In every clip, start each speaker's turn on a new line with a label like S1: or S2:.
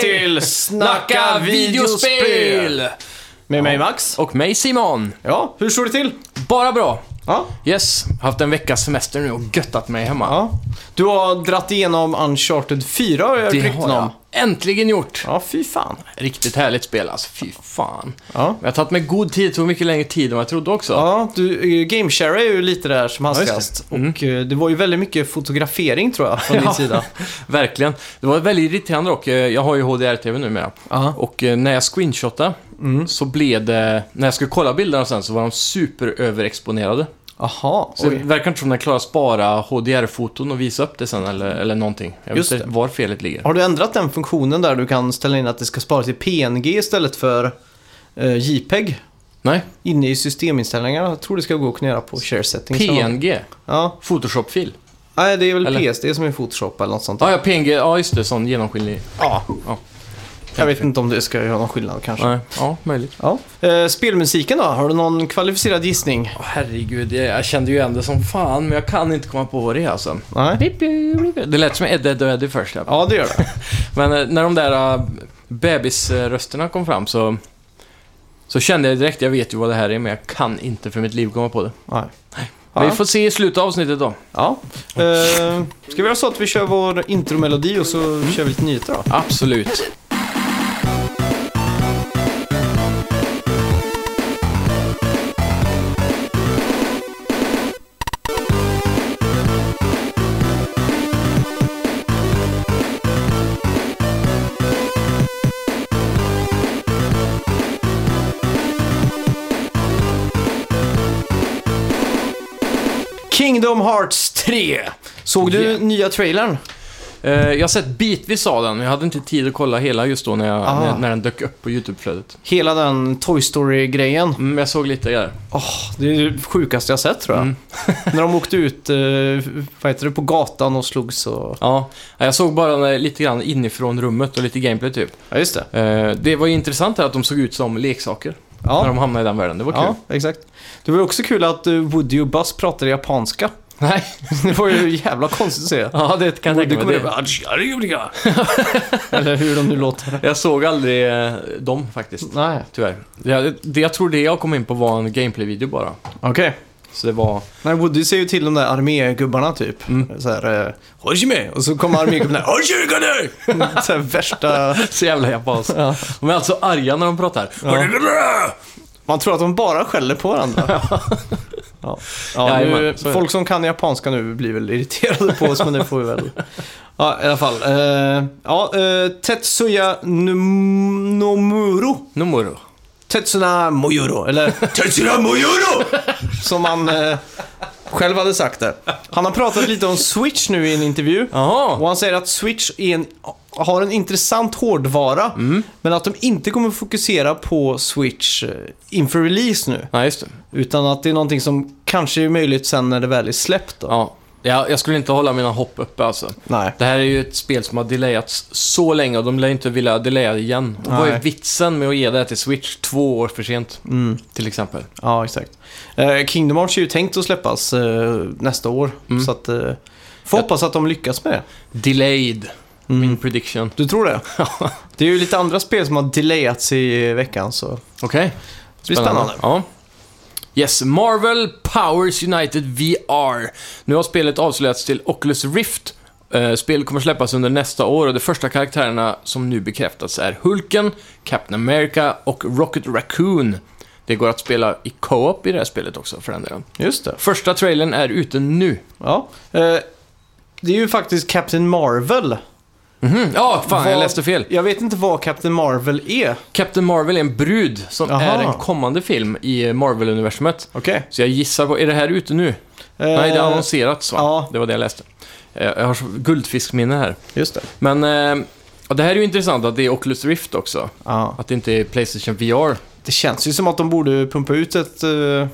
S1: till Snacka videospel!
S2: Med mig Max.
S1: Och mig Simon.
S2: Ja, hur står det till?
S1: Bara bra.
S2: Ja.
S1: Yes, haft en veckas semester nu och göttat mig hemma.
S2: ja. Du har dratt igenom Uncharted 4 har jag hört
S1: det
S2: rykten
S1: har
S2: om.
S1: jag äntligen gjort.
S2: Ja, fy fan.
S1: Riktigt härligt spel alltså, fy fan.
S2: Ja.
S1: Jag har tagit mig god tid, det tog mycket längre tid än vad jag trodde också.
S2: Ja, du, eh, GameShare är ju lite där som hastigast. Och eh, det var ju väldigt mycket fotografering tror jag från din
S1: Mm. Ja.
S2: sida.
S1: Verkligen. Det var väldigt irriterande dock. Eh, Jag har ju HDR-TV numera.
S2: Ja.
S1: Och eh, när jag screenshotade så blev det... När jag skulle kolla bilderna sen så var de superöverexponerade.
S2: Aha,
S1: Så det
S2: oj.
S1: verkar inte som att den klarar att spara HDR-foton och visa upp det sen eller, eller någonting. Jag
S2: Just
S1: vet inte var felet ligger.
S2: Har du ändrat den funktionen där du kan ställa in att det ska sparas till PNG istället för eh, JPEG?
S1: Nej,
S2: Inne i systeminställningarna. Jag tror det ska gå att knära på share settings. eller något.
S1: PNG.
S2: Ja.
S1: Photoshop-fil.
S2: Nej, det är väl
S1: Eller-
S2: PSD som är Photoshop eller något sånt. där.
S1: Ja, ja, PNG. Ja, just det. Sån genomskinlig.
S2: Ja.
S1: Ja.
S2: Jag vet inte om det ska göra någon skillnad kanske.
S1: Nej, ja, möjligt.
S2: Ja. Eh, spelmusiken då? Har du någon kvalificerad gissning?
S1: Åh, herregud, jag, jag kände ju igen det som fan, men jag kan inte komma på vad det är alltså.
S2: Nej.
S1: Det lät som Eddie Eddie Eddie först. Ja.
S2: Ja, det gör det.
S1: Men eh, när de där äh, bebisrösterna kom fram så, så kände jag direkt, jag vet ju vad det här är, men jag kan inte för mitt liv komma på det.
S2: Nej.
S1: Vi
S2: Ja.
S1: får se i slutet av avsnittet då.
S2: Ja. Eh, ska vi göra så att vi kör vår intromelodi och så
S1: Mm.
S2: kör vi lite nyheter då?
S1: Absolut.
S2: Kingdom Hearts 3! Såg du
S1: Yeah.
S2: nya trailern?
S1: Eh, jag har sett bitvis av den, men jag hade inte tid att kolla hela just då när, jag,
S2: Ah.
S1: när, när den dök upp på YouTube-flödet.
S2: Hela den Toy Story-grejen.
S1: Mm, jag såg lite där.
S2: Åh, det är det sjukaste jag sett tror jag.
S1: Mm.
S2: När de åkte ut eh, vad heter det, på gatan och slogs och...
S1: Ja, jag såg bara när- lite grann inifrån rummet och lite gameplay typ.
S2: Ja, just det.
S1: Eh, det var ju intressant här att de såg ut som leksaker när
S2: Ja,
S1: de hamnade i den världen. Det var kul.
S2: ja exakt. Det var ju också kul att eh, Woody och Buzz pratade japanska.
S1: Nej,
S2: Det var ju jävla konstigt att se.
S1: ja det kan jag
S2: Woody
S1: tänka
S2: kommer "Ah,
S1: mig.
S2: upp
S1: Det-
S2: Eller hur de nu låter.
S1: Jag såg aldrig eh, dem faktiskt,
S2: Nej,
S1: tyvärr. Jag, det, jag tror det jag kom in på var en gameplay-video bara.
S2: okej.
S1: Så det var...
S2: Nej, Woody säger ju till de där armégubbarna typ. Så här, eh, "Hojime!" Och så kommer armégubbarna, "Hojigane!" Så här värsta...
S1: Så jävla japanskt.
S2: Ja.
S1: De är alltså arga när de pratar.
S2: Man tror att de bara skäller på varandra. Ja. Ja, nu,
S1: Jajamän, så är det.
S2: folk som kan japanska nu blir väl irriterade på oss, men det får vi väl. Ja, i alla fall. Eh, ja, eh, Tetsuya Num- Nomuro.
S1: Nomuro.
S2: Tetsuna Mojuro, eller Tetsuna Mojuro! Som han eh, själv hade sagt det. Han har pratat lite om Switch nu i en intervju. Och
S1: Jaha!
S2: han säger att Switch är en, har en intressant hårdvara, men att de inte kommer fokusera på Switch eh, inför release nu.
S1: Nej, just det.
S2: Utan att det är någonting som kanske är möjligt sen när det väl är släppt. Då.
S1: Ja. Jag, jag skulle inte hålla mina hopp uppe alltså.
S2: Nej.
S1: Det här är ju ett spel som har delayats så länge och de lär inte vilja delaya det igen. Och vad
S2: Nej.
S1: är vitsen med att ge det här till Switch två år för sent?
S2: Mm.
S1: Till exempel.
S2: Ja, exakt. Eh, Kingdom Hearts är ju tänkt att släppas eh, nästa år. Så att, eh, får hoppas att de lyckas med det.
S1: Delayed.
S2: Mm.
S1: Min prediction.
S2: Du tror det? det är ju lite andra spel som har delayats i veckan så
S1: Okej.
S2: det blir spännande.
S1: Ja. Yes, Marvel Powers United VR. Nu har spelet avslöjats till Oculus Rift. Eh, Spelet kommer släppas under nästa år och de första karaktärerna som nu bekräftats är Hulken, Captain America och Rocket Raccoon. Det går att spela i co-op i det här spelet också för den delen.
S2: Just det.
S1: Första trailern är ute nu.
S2: Ja. Eh, det är ju faktiskt Captain Marvel.
S1: Mhm, Ja, fan, jag
S2: Hmm. Vad-
S1: läste fel.
S2: Jag vet inte vad Captain Marvel är.
S1: Captain Marvel är en brud som
S2: Jaha.
S1: är en kommande film i Marvel-universumet.
S2: Okej.
S1: Så jag gissar på, är det här ute nu? Nej,
S2: Eh,
S1: det har annonserats va?
S2: ja.
S1: Det var det jag läste. Eh, Jag har så guldfiskminne här.
S2: Just det.
S1: Men eh, ja, det här är ju intressant att det är Oculus Rift också.
S2: Ja.
S1: Att det inte är Playstation VR.
S2: Det känns ju som att de borde pumpa ut ett, eh,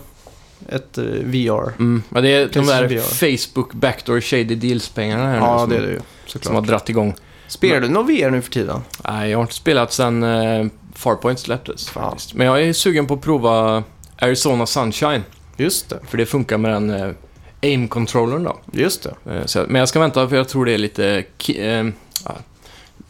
S2: ett eh, VR.
S1: Mm. Men det är de
S2: Playstation
S1: där
S2: VR.
S1: Facebook Backdoor Shady Deals-pengarna här nu
S2: Ja,
S1: som,
S2: det är det ju.
S1: som har
S2: Såklart.
S1: dratt igång.
S2: Spelar du någon VR nu för tiden?
S1: Nej, jag har inte spelat sedan eh, Farpoint släpptes
S2: Ja.
S1: faktiskt. Men jag är sugen på att prova Arizona Sunshine.
S2: Just det.
S1: För det funkar med den eh, aim-controllern då.
S2: Just det.
S1: Eh, Så, men jag ska vänta för jag tror det är lite... ki- Eh, ja,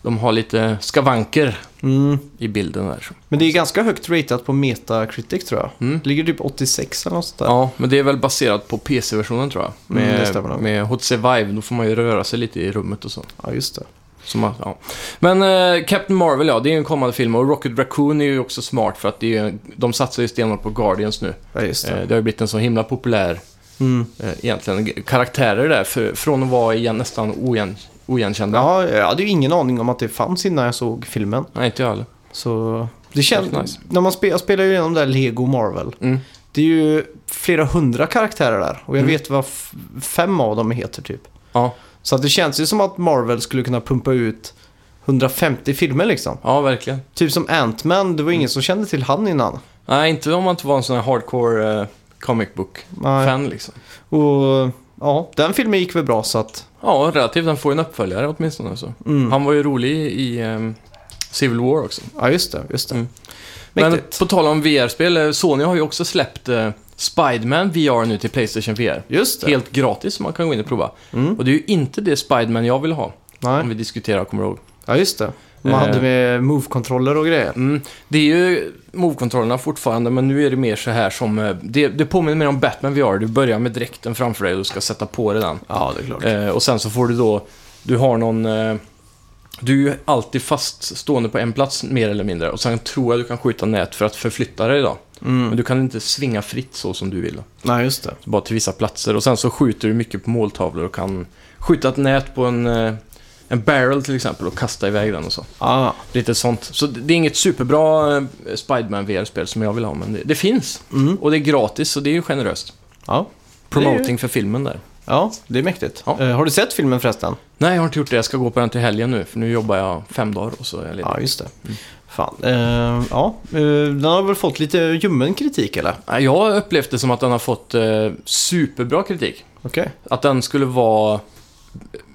S1: De har lite skavanker
S2: Mm.
S1: i bilden där.
S2: Men det är ganska högt ratat på Metacritic tror jag.
S1: Mm.
S2: Det ligger typ 86 eller något sånt där.
S1: Ja, men det är väl baserat på PC-versionen tror jag.
S2: Mm, det
S1: Med,
S2: stämmer nog.
S1: med HTC Vive, då får man ju röra sig lite i rummet och så.
S2: Ja, just det.
S1: Så man, ja. Men eh, Captain Marvel, ja, det är ju en kommande film. Och Rocket Raccoon är ju också smart för att det är, ju- de satsar ju stenhårt på Guardians nu.
S2: Ja, just
S1: Eh,
S2: det.
S1: det har ju blivit en så himla populär
S2: Mm.
S1: eh, egentligen g- karaktärer där, för, från att vara igen, nästan oigen, oigenkända.
S2: Ja, jag hade ju ingen aning om att det fanns innan jag såg filmen.
S1: Nej, inte jag heller.
S2: Så det känns...
S1: That's nice.
S2: När man spelar, jag spelar ju igenom det där Lego Marvel.
S1: Mm.
S2: Det är ju flera hundra karaktärer där och jag
S1: Mm.
S2: vet vad f- fem av dem heter typ.
S1: Ja.
S2: Så att det känns ju som att Marvel skulle kunna pumpa ut 150 filmer liksom.
S1: ja, verkligen.
S2: Typ som Ant-Man, det var
S1: Mm.
S2: ingen som kände till han innan.
S1: Nej, inte om man inte var en sån här hardcore eh, comic book-fan
S2: Nej.
S1: liksom.
S2: Och ja, den filmen gick väl bra så att...
S1: Ja, relativt. Den får ju en uppföljare åtminstone. Så.
S2: Mm.
S1: Han var ju rolig i ehm, Civil War också.
S2: Ja, just det. Just det.
S1: Mm. Men
S2: Mäktigt.
S1: på tal om VR-spel, eh, Sony har ju också släppt eh, Spiderman VR nu till Playstation VR.
S2: Just det.
S1: Helt gratis som man kan gå in och prova.
S2: Mm.
S1: Och det är ju inte det Spiderman jag vill ha, om
S2: Nej.
S1: vi diskuterar, kommer du ihåg?
S2: Ja, just det. Man
S1: Eh.
S2: hade med move-kontroller och grejer.
S1: Mm. Det är ju move-kontrollerna fortfarande, men nu är det mer så här som... eh, Det, det påminner mer om Batman VR. Du börjar med dräkten framför dig och du ska sätta på dig den.
S2: Ja, det är klart.
S1: Eh, och sen så får du då... Du har någon... Eh, du är ju alltid fast stående på en plats mer eller mindre. Och sen tror jag du kan skjuta nät för att förflytta dig då. Men
S2: Mm.
S1: du kan inte svinga fritt så som du vill. Då.
S2: Nej, just det.
S1: Bara till vissa platser. Och sen så skjuter du mycket på måltavlor och kan skjuta ett nät på en, eh, en barrel till exempel och kasta iväg den och så.
S2: Ah.
S1: Lite sånt. Så det det är inget superbra eh, Spiderman VR-spel som jag vill ha, men det, det finns.
S2: Mm.
S1: Och det är gratis, så det är ju generöst.
S2: Ja.
S1: Promoting för filmen där.
S2: ja, det är mäktigt.
S1: Ja.
S2: Eh, har du sett filmen förresten?
S1: Nej, jag har inte gjort det. Jag ska gå på den till helgen nu, för nu jobbar jag fem dagar och så är jag ledig.
S2: Ja, just det. Fan. Eh, ja, eh, den har väl fått lite ljummen kritik eller?
S1: Nej, Jag har upplevt det som att den har fått eh, superbra kritik.
S2: Okej.
S1: Att den skulle vara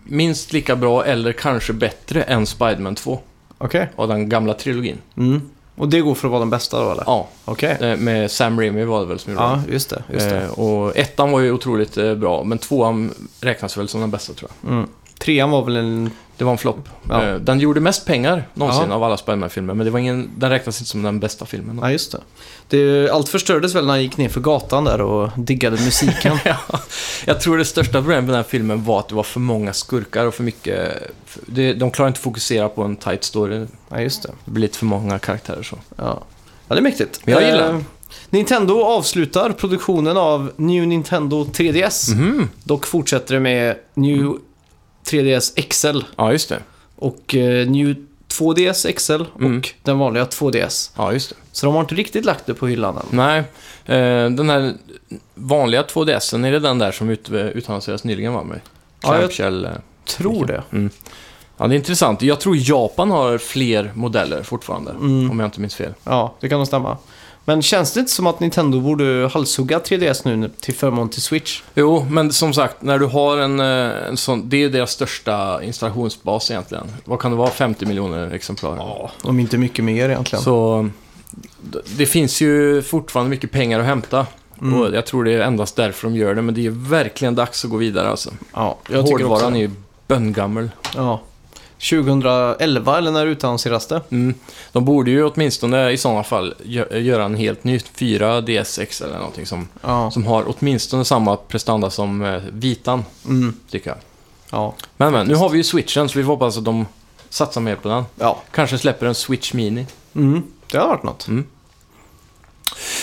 S1: minst lika bra eller kanske bättre än Spiderman 2
S2: Okej.
S1: av den gamla trilogin.
S2: Mm. Och det går för att vara den bästa då eller?
S1: Ja,
S2: Okej.
S1: eh, med Sam Raimi var det väl som gjorde
S2: Ja, just det. Just
S1: den.
S2: det.
S1: Eh, och ettan var ju otroligt eh, bra, men tvåan räknas väl som den bästa tror jag.
S2: Mm. Trean var väl en...
S1: Det var en flopp.
S2: Ja.
S1: Eh, Den gjorde mest pengar någonsin
S2: Ja.
S1: av alla Spiderman-filmer, men det var ingen, den räknas inte som den bästa filmen.
S2: Ja, just det. det. Allt förstördes väl när han gick ner för gatan där och diggade musiken.
S1: Jag tror det största problemet med den här filmen var att det var för många skurkar och för mycket... för- det- De klarar inte fokusera på en tight story.
S2: ja, just det.
S1: Det blir lite för många karaktärer så.
S2: Ja, ja det är mäktigt.
S1: Men jag gillar
S2: Eh, Nintendo avslutar produktionen av New Nintendo 3DS.
S1: Mhm.
S2: Dock fortsätter det med
S1: Mm.
S2: New 3DS XL
S1: Ja, just det.
S2: och eh, New 2DS XL och
S1: Mm.
S2: den vanliga 2DS.
S1: Ja, just det.
S2: Så de har inte riktigt lagt det på hyllan än.
S1: Nej, eh, den här vanliga 2DSen, är det den där som ut, eh, utannonserades nyligen var med?
S2: Ja, jag-
S1: Clamshell. eh.
S2: Tror det.
S1: Ja, det är intressant. Jag tror Japan har fler modeller fortfarande,
S2: Mm.
S1: om jag inte minns fel.
S2: Ja, det kan nog stämma. Men känns det inte som att Nintendo borde halshugga 3DS nu till förmån till Switch?
S1: Jo, men som sagt, när du har en, eh, en sån... Det är deras största installationsbas egentligen. Vad kan det vara? 50 miljoner exemplar?
S2: Ja, om inte mycket mer egentligen.
S1: Så d- det finns ju fortfarande mycket pengar att hämta.
S2: Mm.
S1: Och jag tror det är endast därför de gör det, men det är verkligen dags att gå vidare alltså.
S2: ja, jag tycker också
S1: Hårdvaran
S2: det.
S1: är ju böngammal.
S2: Ja. 2011 eller när utannonseras det?
S1: Mm. De borde ju åtminstone i sådana fall gö- göra en helt ny 4 DSX eller någonting som,
S2: Ja.
S1: som har åtminstone samma prestanda som eh, vitan,
S2: Mm.
S1: tycker jag.
S2: Ja.
S1: Men, men, nu har vi ju switchen, så vi får hoppas att de satsar mer på den.
S2: Ja.
S1: Kanske släpper en Switch Mini.
S2: Mm. Det har varit något.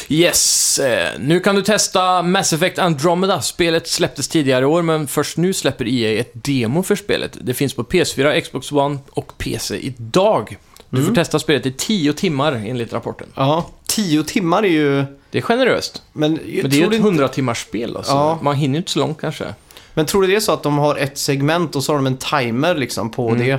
S1: Yes, eh, nu kan du testa Mass Effect Andromeda. Spelet släpptes tidigare i år, men först nu släpper EA ett demo för spelet. Det finns på PS4, Xbox One och PC idag. Du
S2: Mm.
S1: får testa spelet i 10 timmar enligt rapporten.
S2: Ja. Tio timmar är ju...
S1: Det är generöst,
S2: Men,
S1: men
S2: jag
S1: det är
S2: tror
S1: ju
S2: det
S1: ett
S2: inte...
S1: 100 timmars spel alltså.
S2: Ja.
S1: Man hinner ju inte så långt kanske.
S2: men tror du det är så att de har ett segment och så har de en timer liksom på
S1: Mm.
S2: det?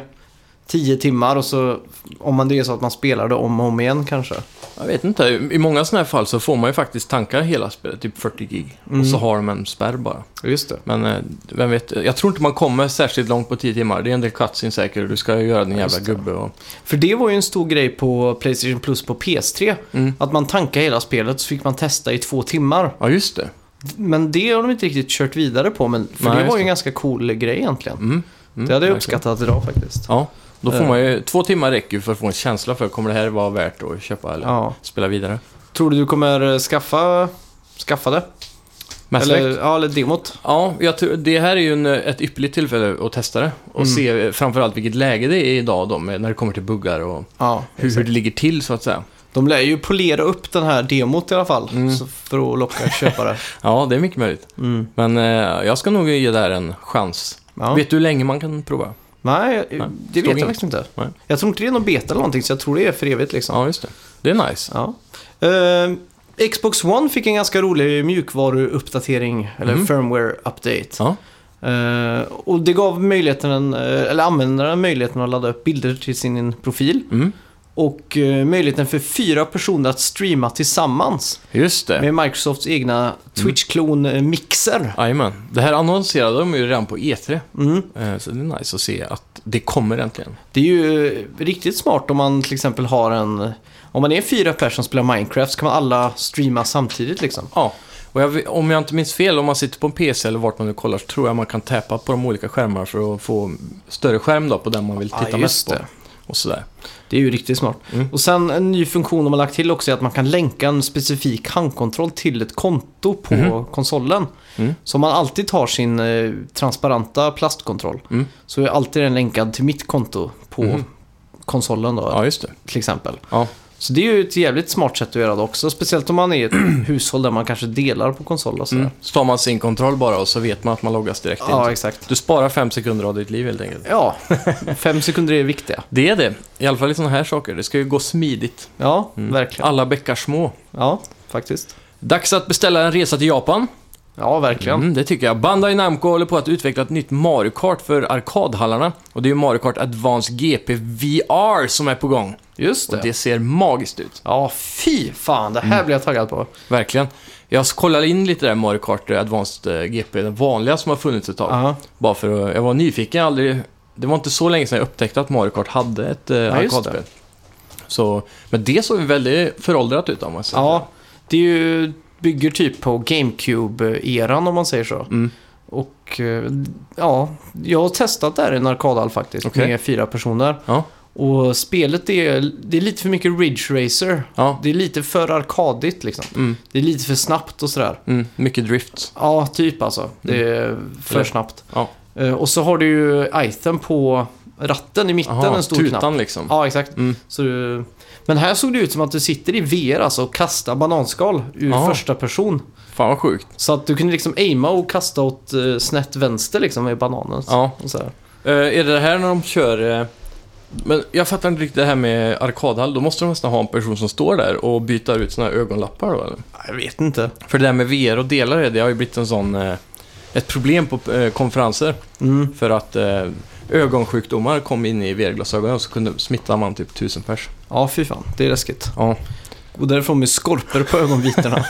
S2: Tio timmar och så... Om man det är så att man spelar det om och om igen kanske.
S1: Jag vet inte, i många sådana här fall så får man ju faktiskt tanka hela spelet, typ 40 gig. Och
S2: Mm.
S1: så har de en spärr bara.
S2: Just det.
S1: Men eh, vem vet, jag tror inte man kommer särskilt långt på 10 timmar. Det är en del cutscenes säkert och du ska ju göra din jävla
S2: Just det.
S1: gubbe och...
S2: För det var ju en stor grej på Playstation Plus på PS3.
S1: Mm.
S2: Att man tankade hela spelet så fick man testa i två timmar.
S1: Ja, just det.
S2: Men det har de inte riktigt kört vidare på. Men, för
S1: Nej,
S2: det
S1: just
S2: var ju
S1: det.
S2: en ganska cool grej egentligen.
S1: Mm. Mm,
S2: Det hade jag Eh.
S1: verkligen.
S2: uppskattat idag faktiskt.
S1: Ja. Då får man ju, två timmar räcker ju för att få en känsla för, kommer det här vara värt att köpa eller
S2: Ja.
S1: spela vidare?
S2: Tror du du kommer skaffa, skaffa det?
S1: Mass
S2: eller,
S1: Effect?
S2: ja, eller demot?
S1: Ja, jag tror, det här är ju en, eh, ett ypperligt tillfälle att testa det. Och
S2: Mm.
S1: se eh, framförallt vilket läge det är idag då, med, när det kommer till buggar och
S2: Ja,
S1: hur, hur
S2: exakt.
S1: det ligger till så att säga.
S2: De lär ju polera upp den här demot i alla fall.
S1: Mm.
S2: Så för att locka köpare.
S1: Ja, det är mycket möjligt.
S2: Mm.
S1: Men eh, jag ska nog ge det här en chans.
S2: Ja.
S1: Vet du hur länge man kan prova?
S2: Nej,
S1: Nej,
S2: det
S1: stod
S2: vet
S1: inget.
S2: jag faktiskt inte.
S1: Nej.
S2: Jag tror inte det är någon beta eller någonting, så jag tror det är för evigt liksom.
S1: Ja, just det. Det är nice.
S2: Ja. Eh, Xbox One fick en ganska rolig mjukvaruuppdatering, eller
S1: Mhm.
S2: firmware update.
S1: Ja.
S2: Eh, och det gav möjligheten, eh, eller användaren möjligheten att ladda upp bilder till sin eh, profil.
S1: Mm.
S2: Och eh, möjligheten för fyra personer att streama tillsammans
S1: Just det.
S2: med Microsofts egna Twitch-klon-mixer.
S1: Jajamän. Det här annonserade de ju redan på E3.
S2: Mm.
S1: eh, Så det är nice att se att det kommer äntligen.
S2: Det är ju eh, riktigt smart om man till exempel har en... Om man är fyra personer som spelar Minecraft så kan man alla streama samtidigt liksom.
S1: Ja. Och jag, vet- om jag inte minns fel, om man sitter på en PC eller vart man nu kollar, så tror jag man kan täppa på de olika skärmarna för att få större skärm då på den man vill titta mest på.
S2: det.
S1: Och sådär.
S2: Det är ju riktigt smart.
S1: Mm.
S2: Och sen en ny funktion de har lagt till också är att man kan länka en specifik handkontroll till ett konto på
S1: Mhm.
S2: konsolen.
S1: Mm.
S2: Så om man alltid tar sin eh, transparenta plastkontroll
S1: Mm.
S2: så är alltid den länkad till mitt konto på
S1: Mhm.
S2: konsolen då,
S1: Ja, just det.
S2: till exempel.
S1: Ja.
S2: Så det är ju ett jävligt smart sätt att göra det också. Speciellt om man är i ett hushåll där man kanske delar på konsol och sådär.
S1: Mm. Så tar man sin kontroll bara och så vet man att man loggas direkt
S2: Ja,
S1: in.
S2: exakt.
S1: Du sparar fem sekunder av ditt liv helt enkelt.
S2: Ja, fem sekunder är viktiga.
S1: Det är det. I alla fall i sådana här saker. Det ska ju gå smidigt.
S2: Ja,
S1: Mm.
S2: verkligen.
S1: Alla bäckar små.
S2: Ja, faktiskt.
S1: Dags att beställa en resa till Japan.
S2: Ja, verkligen.
S1: Mm, det tycker jag. Bandai Namco håller på att utveckla ett nytt Mario Kart för arkadhallarna. Och det är ju Mario Kart Advance GP VR som är på gång.
S2: Just
S1: Och det Mm. ser magiskt ut.
S2: Ja, fy fan. Det här blir jag taggad på.
S1: Verkligen. Jag kollade in lite där Mario Kart Advanced eh, GP, den vanliga som har funnits ett tag.
S2: Ja,
S1: Bara för att, jag var nyfiken, jag aldrig... Det var inte så länge sedan jag upptäckte att Mario Kart hade ett eh,
S2: just det.
S1: arkadspel. Så, men det såg ju väldigt föråldrat ut om man säger
S2: ja det är ju, bygger typ på GameCube-eran om man säger så.
S1: Mm.
S2: Och eh, ja, jag har testat det här i en arkadhall faktiskt
S1: Okej.
S2: med fyra personer.
S1: Ja.
S2: Och spelet är, det är lite för mycket Ridge Racer.
S1: Ja.
S2: Det är lite för arkadigt liksom.
S1: Mm,
S2: Det är lite för snabbt och sådär.
S1: mm, mycket drift.
S2: Ja, typ alltså. Det är för
S1: Eller-
S2: snabbt.
S1: Mm. Ja.
S2: Eh, Och så har du ju item på ratten i mitten,
S1: Aha,
S2: en stor
S1: tutan
S2: knapp.
S1: liksom.
S2: Ja, exakt.
S1: Mm.
S2: Så, du- men här såg det ut som att du sitter i VR alltså och kastar bananskal ur
S1: Ja.
S2: första person.
S1: Fan vad sjukt.
S2: Så att du kunde liksom aima och kasta åt eh, snett vänster liksom med bananen.
S1: Ja,
S2: Och så här.
S1: Eh, är det det här när de kör... eh, men jag fattar inte riktigt det här med arkadhall. Då måste de nästan ha en person som står där och byter ut sina ögonlappar då, eller?
S2: Jag vet inte.
S1: För det där med VR och delar det, det har ju blivit en sån... eh, ett problem på eh, konferenser.
S2: Mm.
S1: För att eh, ögonsjukdomar kom in i VR-glasögonen och så kunde smitta man typ tusen pers.
S2: Ja, fy fan. Det är läskigt.
S1: Ja.
S2: Och därifrån med skorpor på ögonvitorna.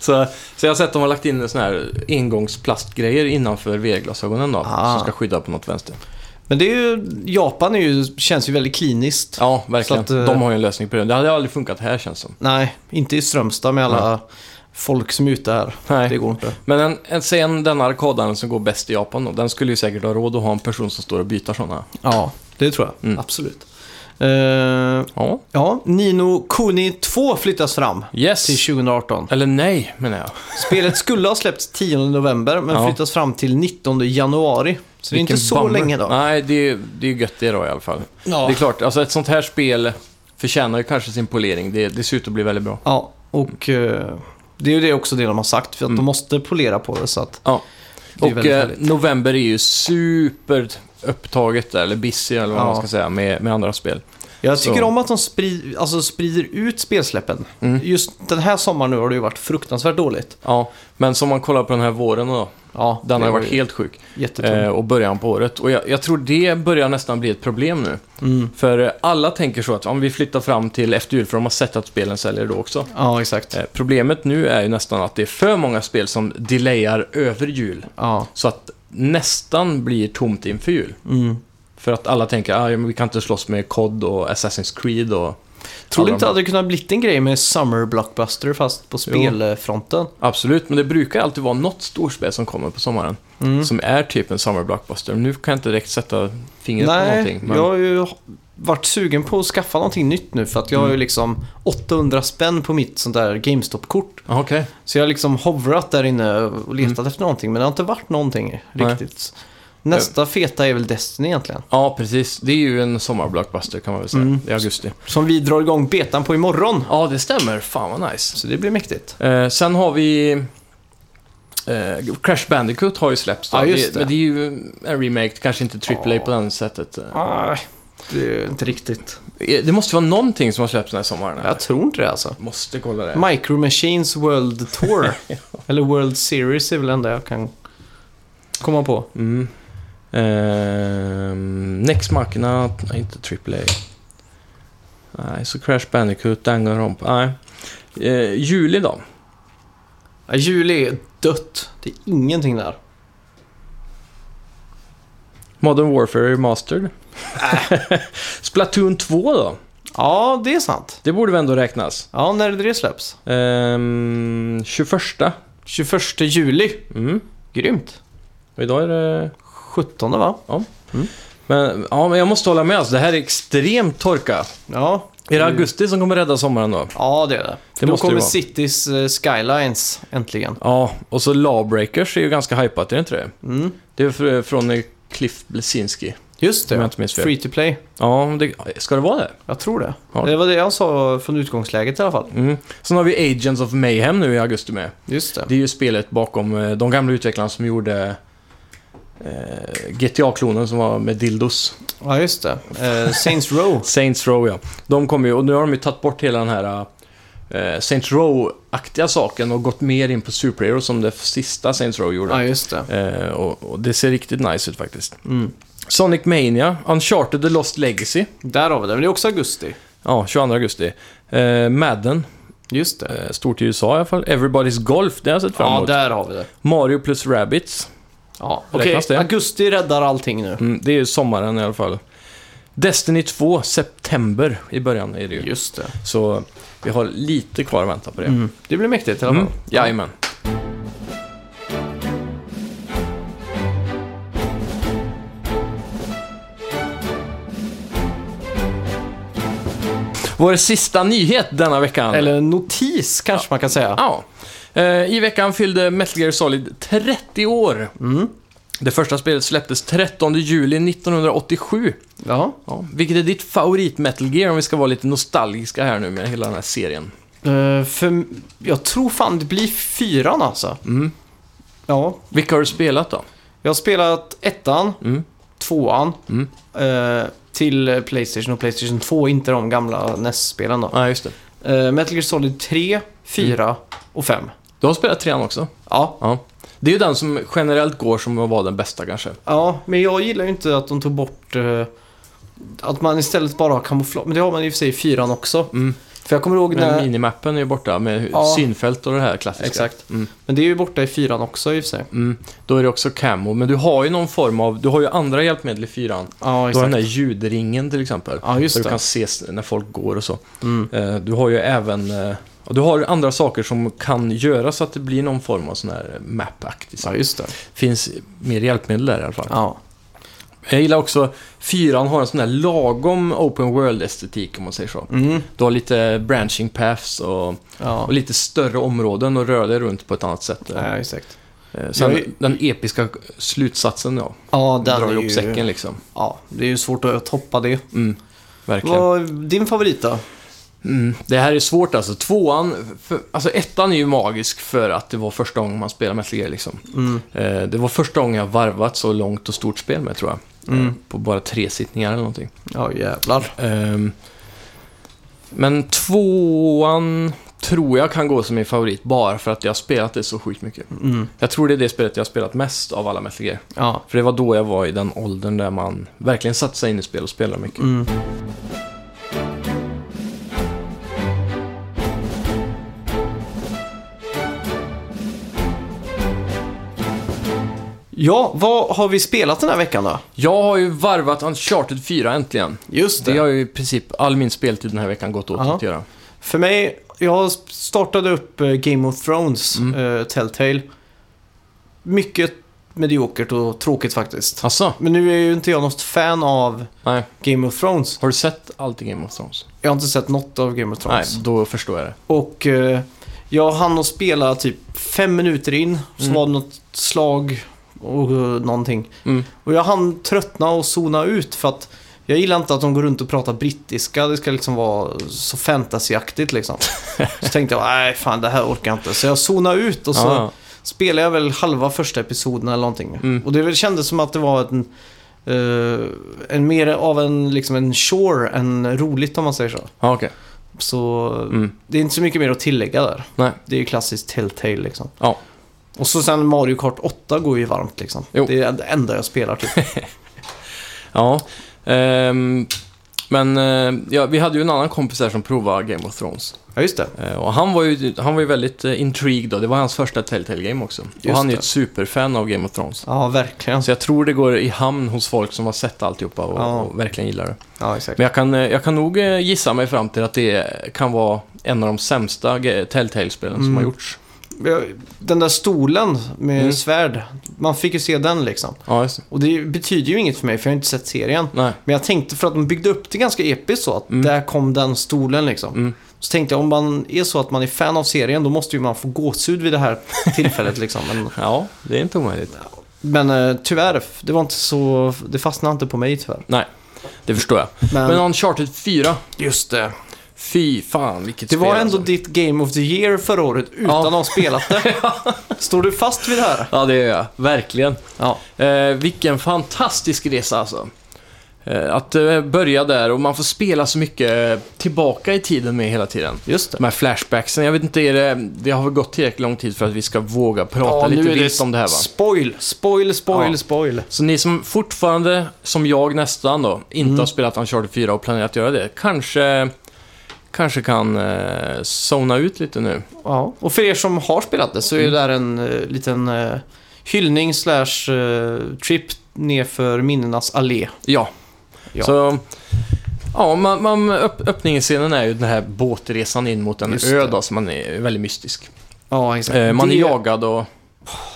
S1: Så, så jag har sett att de har lagt in en sån här engångsplastgrejer innanför VR-glasögonen då.
S2: Ah.
S1: Som ska skydda på något vänster.
S2: men det är ju, Japan är ju, känns ju väldigt kliniskt.
S1: Ja, verkligen.
S2: Så att, eh,
S1: De har ju en lösning på det. Det hade aldrig funkat här känns som.
S2: Nej, inte i Strömstad med alla folk som är ute här.
S1: Nej.
S2: Det går inte.
S1: Men en, en, sen den arkadaren som går bäst i Japan då, den skulle ju säkert ha råd att ha en person som står och byter sådana.
S2: Ja, det tror jag.
S1: Mm.
S2: Absolut. Eh,
S1: Ja.
S2: ja, Nino Kuni 2 flyttas fram.
S1: Yes.
S2: till 2018.
S1: Eller nej, menar jag.
S2: Spelet skulle ha släppts 10 november men
S1: Ja.
S2: flyttas fram till 19 januari. Så det är
S1: Vilken
S2: inte så
S1: bummer.
S2: länge då.
S1: Nej, det är, det är gött det då i alla fall. Det är klart, alltså ett sånt här spel förtjänar ju kanske sin polering. Det, det ser ut att bli väldigt bra.
S2: Ja, och eh, det är ju det också det de har sagt för att
S1: Mm.
S2: de måste polera på det så att
S1: Ja.
S2: det är
S1: Och
S2: väldigt
S1: eh,
S2: härligt.
S1: november är ju super upptaget där, eller busy eller vad
S2: Ja.
S1: man ska säga, med, med andra spel.
S2: Jag tycker
S1: så.
S2: om att de sprid, alltså, sprider ut spelsläppen.
S1: Mm.
S2: Just den här sommaren nu har det ju varit fruktansvärt dåligt.
S1: Ja, men som man kollar på den här våren då,
S2: Ja,
S1: den
S2: det
S1: har ju
S2: var
S1: varit
S2: ju
S1: helt sjuk.
S2: jättetungt.
S1: Eh, och början på året. Och jag, jag tror det börjar nästan bli ett problem nu.
S2: Mm.
S1: För eh, alla tänker så att om vi flyttar fram till efter jul, för de har sett att spelen säljer då också.
S2: Ja, exakt.
S1: Eh, problemet nu är ju nästan att det är för många spel som delayar över jul.
S2: Ja.
S1: Så att nästan blir tomt inför jul.
S2: Mm.
S1: För att alla tänker att ah, ja, men vi kan inte slåss med COD och Assassin's Creed och
S2: Tror du
S1: Alla
S2: inte
S1: de-
S2: att det kunnat blivit en grej med Summer Blockbuster fast på spelfronten?
S1: Absolut, men det brukar alltid vara något storspel som kommer på sommaren.
S2: Mm.
S1: Som är typ en summer blockbuster. Nu kan jag inte direkt sätta fingret på
S2: Nej,
S1: någonting. Men...
S2: jag har ju varit sugen på att skaffa någonting nytt nu för att jag har ju liksom 800 spänn på mitt sånt där GameStop-kort.
S1: Ah, Okej.
S2: Så jag har liksom hovrat där inne och letat efter någonting men det har inte varit någonting
S1: Nej.
S2: riktigt. Nästa feta är väl Destiny egentligen.
S1: Ja, precis. Det är ju en sommarblockbuster kan man väl säga.
S2: Mm.
S1: I augusti.
S2: Som vi drar igång betan på imorgon.
S1: Ja, det stämmer. Fan vad nice.
S2: Så det blir mäktigt.
S1: Eh, sen har vi... Eh, Crash Bandicoot har ju släppts. då.
S2: Ja, just det.
S1: Men det är ju en remake, kanske inte AAA
S2: Ja.
S1: på det sättet. Eh,
S2: Nej, det är inte riktigt.
S1: Det måste vara någonting som har släppts den här sommaren. eller?
S2: Jag tror inte det alltså.
S1: Måste kolla det.
S2: Micro Machines World Tour. Eller World Series är väl det enda jag kan komma på.
S1: Mm. Ehm, Next Machina, nej inte AAA. Nej, så Crash Bandicoot, Danganronpa, nej. Eh, juli då?
S2: Ja, juli är dött. Det är ingenting där.
S1: Modern Warfare Remastered. Splatoon 2 då?
S2: Ja, det är sant.
S1: Det borde väl ändå räknas.
S2: Ja, när är det det släpps?
S1: Ehm, 21.
S2: 21 juli.
S1: Mm.
S2: Grymt.
S1: Och idag är det...
S2: 17 va?
S1: Men, ja, men jag måste hålla med, alltså, det här är extremt torka.
S2: Ja,
S1: Är det
S2: Mm.
S1: augusti som kommer rädda sommaren då?
S2: ja det är det.
S1: Det
S2: Då
S1: måste
S2: kommer
S1: det vara.
S2: Cities eh, Skylines äntligen.
S1: Ja, och så Lawbreakers är ju ganska hypat, är det inte det?
S2: Mm.
S1: Det är fr- från eh, Cliff Blesinski.
S2: Just
S1: Om jag
S2: det.
S1: inte minns fel.
S2: Free to play.
S1: Ja, det, ska det vara det?
S2: Jag tror det.
S1: Ja.
S2: Det var det jag sa från utgångsläget i alla fall.
S1: Mm. Sen har vi Agents of Mayhem nu i augusti med.
S2: Just det.
S1: Det är ju spelet bakom eh, de gamla utvecklarna som gjorde eh, GTA-klonen som var med dildos.
S2: Ja, just det. Eh, Saints Row.
S1: Saints Row, ja. De kom ju, och nu har de ju tagit bort hela den här eh, Saints Row-aktiga saken och gått mer in på Superhero som det sista Saints Row gjorde.
S2: Ja, just det.
S1: Eh, och, och det ser riktigt nice ut faktiskt.
S2: Mm.
S1: Sonic Mania, Uncharted The Lost Legacy.
S2: Där har vi det. Men det är också augusti.
S1: Ja, 22 augusti. Eh, Madden,
S2: Just det.
S1: eh, stort i USA i alla fall. Everybody's Golf, det har jag sett fram
S2: Ja,
S1: emot.
S2: där har vi det.
S1: Mario plus Rabbids.
S2: Ja, okej.
S1: Räknas det?
S2: Augusti räddar allting nu.
S1: Mm, det är ju sommaren i alla fall. Destiny 2, September i början är det ju.
S2: Just det.
S1: Så vi har lite kvar att vänta på det.
S2: Mm. Det blir mäktigt i alla fall.
S1: Mm. Jajamän. Vår sista nyhet denna veckan.
S2: Eller notis kanske man kan säga.
S1: Ja. Eh, I veckan fyllde Metal Gear Solid 30 år. Det första spelet släpptes 13 juli 1987.
S2: Ja.
S1: Ja. Vilket är ditt favorit Metal Gear om vi ska vara lite nostalgiska här nu med hela den här serien?
S2: Eh, för jag tror fan det blir fyran alltså.
S1: Mm.
S2: Ja.
S1: Vilka har du spelat då?
S2: Jag har spelat ettan,
S1: Mm.
S2: tvåan,
S1: Mm.
S2: eh, till Playstation och Playstation 2, inte de gamla NES-spelen då.
S1: Ja, just det.
S2: Eh, Metal Gear Solid 3, 4
S1: Mm.
S2: och 5.
S1: Du har spelat trean också?
S2: Ja.
S1: Ja. Det är ju den som generellt går som att vara den bästa kanske.
S2: ja, men jag gillar ju inte att de tog bort eh, att man istället bara har kamouflage. Men det har man i och för sig i fyran också.
S1: Mm.
S2: För jag kommer ihåg
S1: Men
S2: när...
S1: minimappen är ju borta med hu-
S2: Ja.
S1: synfält och det här klassiska.
S2: Exakt.
S1: Mm.
S2: Men det är ju borta i fyran också i och för sig.
S1: Mm. Då är det också camo, men du har ju någon form av, du har ju andra hjälpmedel i fyran.
S2: Ja,
S1: Du har den
S2: exakt.
S1: där ljudringen till exempel.
S2: Ja, just
S1: där du
S2: det.
S1: kan se s- när folk går och så.
S2: Mm.
S1: Eh, Du har ju även eh, och du har andra saker som kan göra så att det blir någon form av sån här map-aktig.
S2: Ja, just det.
S1: finns mer hjälpmedel där i alla fall.
S2: Ja.
S1: Jag gillar också, fyran har en sån här lagom open world-estetik om man säger så.
S2: Mm.
S1: Du har lite branching paths och,
S2: Ja.
S1: och lite större områden och rör dig runt på ett annat sätt.
S2: ja, exakt.
S1: Eh, Sen
S2: Jag är-
S1: den episka slutsatsen ja.
S2: Ja, den
S1: drar
S2: är
S1: ihop
S2: ju...
S1: säcken liksom.
S2: Ja, det är ju svårt att toppa det.
S1: Mm, verkligen.
S2: Vad är din favorit då?
S1: Mm, det här är svårt alltså. Tvåan, för, alltså ettan är ju magisk för att det var första gången man spelade Metal Gear liksom.
S2: Mm.
S1: Eh, det var första gången jag varvat så långt och stort spel med tror jag.
S2: Mm.
S1: Eh, på bara tre sittningar eller någonting.
S2: Ja, jävlar.
S1: Ehm, men tvåan tror jag kan gå som min favorit bara för att jag har spelat det så sjukt mycket.
S2: Mm.
S1: Jag tror det är det spelet jag har spelat mest av alla Metal Gear.
S2: Ja.
S1: För det var då jag var i den åldern där man verkligen satte sig in i spel och spelade mycket.
S2: Mm. Ja, vad har vi spelat den här veckan då?
S1: Jag har ju varvat Uncharted 4 äntligen.
S2: Just
S1: Det har ju i princip all min speltid den här veckan gått åt
S2: Aha.
S1: att göra.
S2: För mig, jag startade upp eh, Game of Thrones,
S1: Mm.
S2: eh, Telltale. Mycket mediokert och tråkigt faktiskt.
S1: Asså?
S2: Men nu är ju inte jag något fan av
S1: Nej.
S2: Game of Thrones.
S1: Har du sett allt i Game of Thrones?
S2: Jag har inte sett något av Game of
S1: Nej,
S2: Thrones.
S1: då förstår jag det.
S2: Och eh, jag hann att spela typ fem minuter in, så
S1: Mm.
S2: var det något slag och eh, någonting.
S1: Mm.
S2: Och jag hann tröttna och zona ut för att jag gillar inte att de går runt och pratar brittiska. Det ska liksom vara så fantasyaktigt liksom. Så tänkte jag, nej fan det här orkar jag inte. Så jag zonade ut och så
S1: Ah,
S2: spelade jag väl halva första episoden eller någonting.
S1: Mm.
S2: Och det väl kändes som att det var en, eh, en mer av en, liksom en shore än roligt om man säger så.
S1: ah, okej.
S2: Så
S1: Mm.
S2: det är inte så mycket mer att tillägga där.
S1: Nej.
S2: Det är ju klassiskt Telltale liksom.
S1: Ja.
S2: Och så sen Mario Kart 8 går ju varmt liksom.
S1: Jo.
S2: Det är det enda jag spelar typ.
S1: Ja. Ehm, men eh, ja, vi hade ju en annan kompis här som provade Game of Thrones.
S2: Ja, just det.
S1: Eh, och han var ju, han var ju väldigt eh, intrigued då. Det var hans första Telltale-game också.
S2: Just
S1: och han är ju
S2: det.
S1: ett superfan av Game of Thrones.
S2: Ja, verkligen.
S1: Så jag tror det går i hamn hos folk som har sett alltihopa och,
S2: Ja.
S1: och verkligen gillar det.
S2: Ja, exakt.
S1: Men jag kan, eh, jag kan nog eh, gissa mig fram till att det kan vara en av de sämsta ge- Telltale-spelen som
S2: Mm.
S1: har gjorts.
S2: Den där stolen med
S1: Mm.
S2: svärd, man fick ju se den liksom.
S1: Ja, just det.
S2: Och det betyder ju inget för mig för jag har inte sett serien.
S1: Nej.
S2: Men jag tänkte för att de byggde upp det ganska episkt så att
S1: Mm.
S2: där kom den stolen liksom.
S1: Mm.
S2: Så tänkte jag om man är så att man är fan av serien då måste ju man få gåshud vid det här tillfället liksom. Men,
S1: Ja, det är inte omöjligt.
S2: men eh, tyvärr, det var inte så, det fastnade inte på mig tyvärr.
S1: Det förstår jag.
S2: Men,
S1: Men Uncharted 4,
S2: just det.
S1: fy fan vilket
S2: Det
S1: spel
S2: var ändå
S1: alltså.
S2: ditt Game of the Year förra året utan
S1: Ja.
S2: att ha spelat det. Står du fast vid det här?
S1: Ja, det gör jag. Verkligen.
S2: Ja.
S1: Eh, vilken fantastisk resa alltså. Eh, att eh, börja där och man får spela så mycket eh, tillbaka i tiden med hela tiden.
S2: Just
S1: De här flashbacksen, jag vet inte, är det, det har väl gått tillräckligt lång tid för att vi ska våga prata
S2: Ja, nu
S1: lite
S2: är det
S1: vilt om det här va?
S2: Spoil, spoil, spoil,
S1: Ja.
S2: spoil.
S1: Så ni som fortfarande, som jag nästan då, inte
S2: Mm.
S1: har spelat Uncharted 4 och planerar att göra det, kanske, kanske kan eh, zona ut lite nu.
S2: Ja. Och för er som har spelat det så är det här en eh, liten eh, hyllning slash eh, trip nerför minnenas allé.
S1: Ja.
S2: Ja.
S1: Så, ja, man, man, öpp, öppningsscenen är ju den här båtresan in mot en
S2: Just
S1: ö
S2: det.
S1: då, som man är väldigt mystisk.
S2: Ja, exakt.
S1: Eh, man
S2: det,
S1: är jagad och...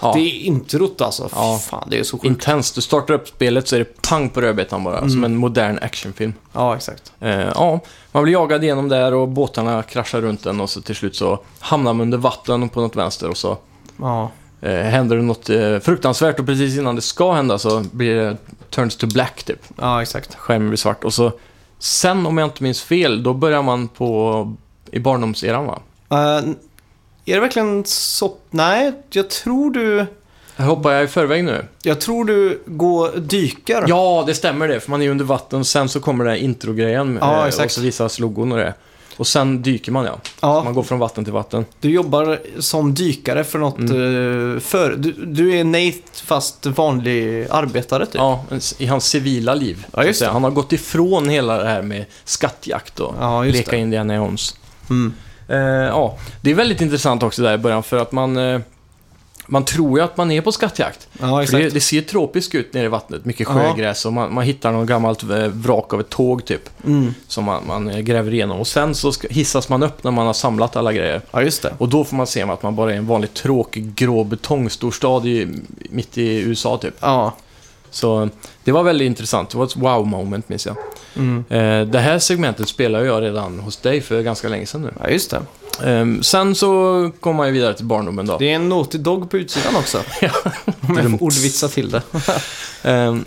S1: Ja,
S2: Det är introt alltså.
S1: Ja.
S2: Fan, det är så sjukt.
S1: intensst. Du startar upp spelet så är det pang på rödbetan bara,
S2: Mm.
S1: som en modern actionfilm.
S2: Ja, exakt.
S1: Eh, ja, man blir jagad igenom där och båtarna kraschar runt en och så till slut så hamnar man under vatten på något vänster och så
S2: Ja.
S1: eh, händer det något eh, fruktansvärt och precis innan det ska hända så blir det turns to black typ.
S2: ja, exakt.
S1: Skärmen blir svart och så sen om jag inte minns fel då börjar man på i barndomseran va?
S2: Eh, är det verkligen så? Nej, jag tror du...
S1: Här hoppar jag i förväg nu.
S2: Jag tror du går dyker.
S1: Ja, det stämmer det, för man är under vatten och sen så kommer den här introgrejen
S2: Ja,
S1: eh, och
S2: exakt.
S1: så visas logon och det. Och sen dyker man ja.
S2: Ja,
S1: Man går från vatten till vatten.
S2: Du jobbar som dykare för något
S1: Mm.
S2: eh, för du, du är Nate fast vanlig arbetare typ.
S1: Ja, i hans civila liv.
S2: Ja, just
S1: Så att säga. Han har gått ifrån hela det här med skattjakt och
S2: Ja, just
S1: leka
S2: det.
S1: Indiana Jones.
S2: Mm.
S1: Eh, ja, det är väldigt intressant också där i början för att man, eh, man tror ju att man är på skattjakt.
S2: Ja,
S1: För det,
S2: exakt.
S1: det ser tropiskt ut nere i vattnet, mycket
S2: Ja.
S1: sjögräs och man, man hittar något gammalt eh, vrak av ett tåg typ
S2: Mm.
S1: som man, man eh, gräver igenom. Och sen så ska, hissas man upp när man har samlat alla grejer.
S2: Ja, just det.
S1: Och då får man se att man bara är en vanlig tråkig grå betongstorstad i, mitt i USA typ.
S2: Ja.
S1: Så det var väldigt intressant. Det var ett wow-moment minns jag.
S2: Mm.
S1: Eh, Det här segmentet spelade jag redan hos dig för ganska länge sedan nu.
S2: ja, just det.
S1: Ehm, Sen så kom man ju vidare till barndomen då.
S2: Det är en Naughty Dog på utsidan också. Om jag får ordvitsa till det.
S1: Ehm,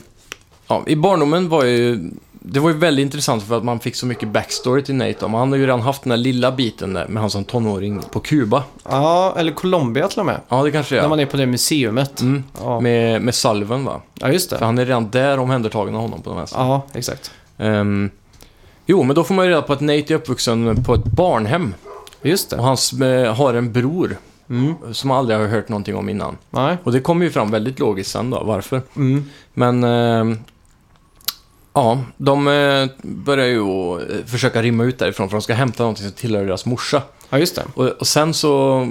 S1: Ja, I barndomen var ju... Det var ju väldigt intressant för att man fick så mycket backstory till Nate. då. Men Han har ju redan haft den där lilla biten där med han som tonåring på Kuba.
S2: Ja, eller Colombia till och med.
S1: Ja, det kanske
S2: När
S1: är.
S2: man är på det museumet.
S1: Mm.
S2: Ja.
S1: Med, med salven va?
S2: ja, just
S1: För
S2: det.
S1: han är redan där omhändertagen av honom på den vänster.
S2: Ja, exakt.
S1: Ehm, jo, men då får man ju reda på att Nate är uppvuxen på ett barnhem.
S2: Just
S1: Och
S2: det.
S1: han har en bror
S2: Mm.
S1: som man aldrig har hört någonting om innan.
S2: Nej.
S1: Och det kommer ju fram väldigt logiskt sen då, varför.
S2: Mm.
S1: Men... Eh, ja, de eh, börjar ju att, eh, försöka rimma ut därifrån för de ska hämta någonting som tillhör deras morsa.
S2: Ja, just det.
S1: Och, och sen så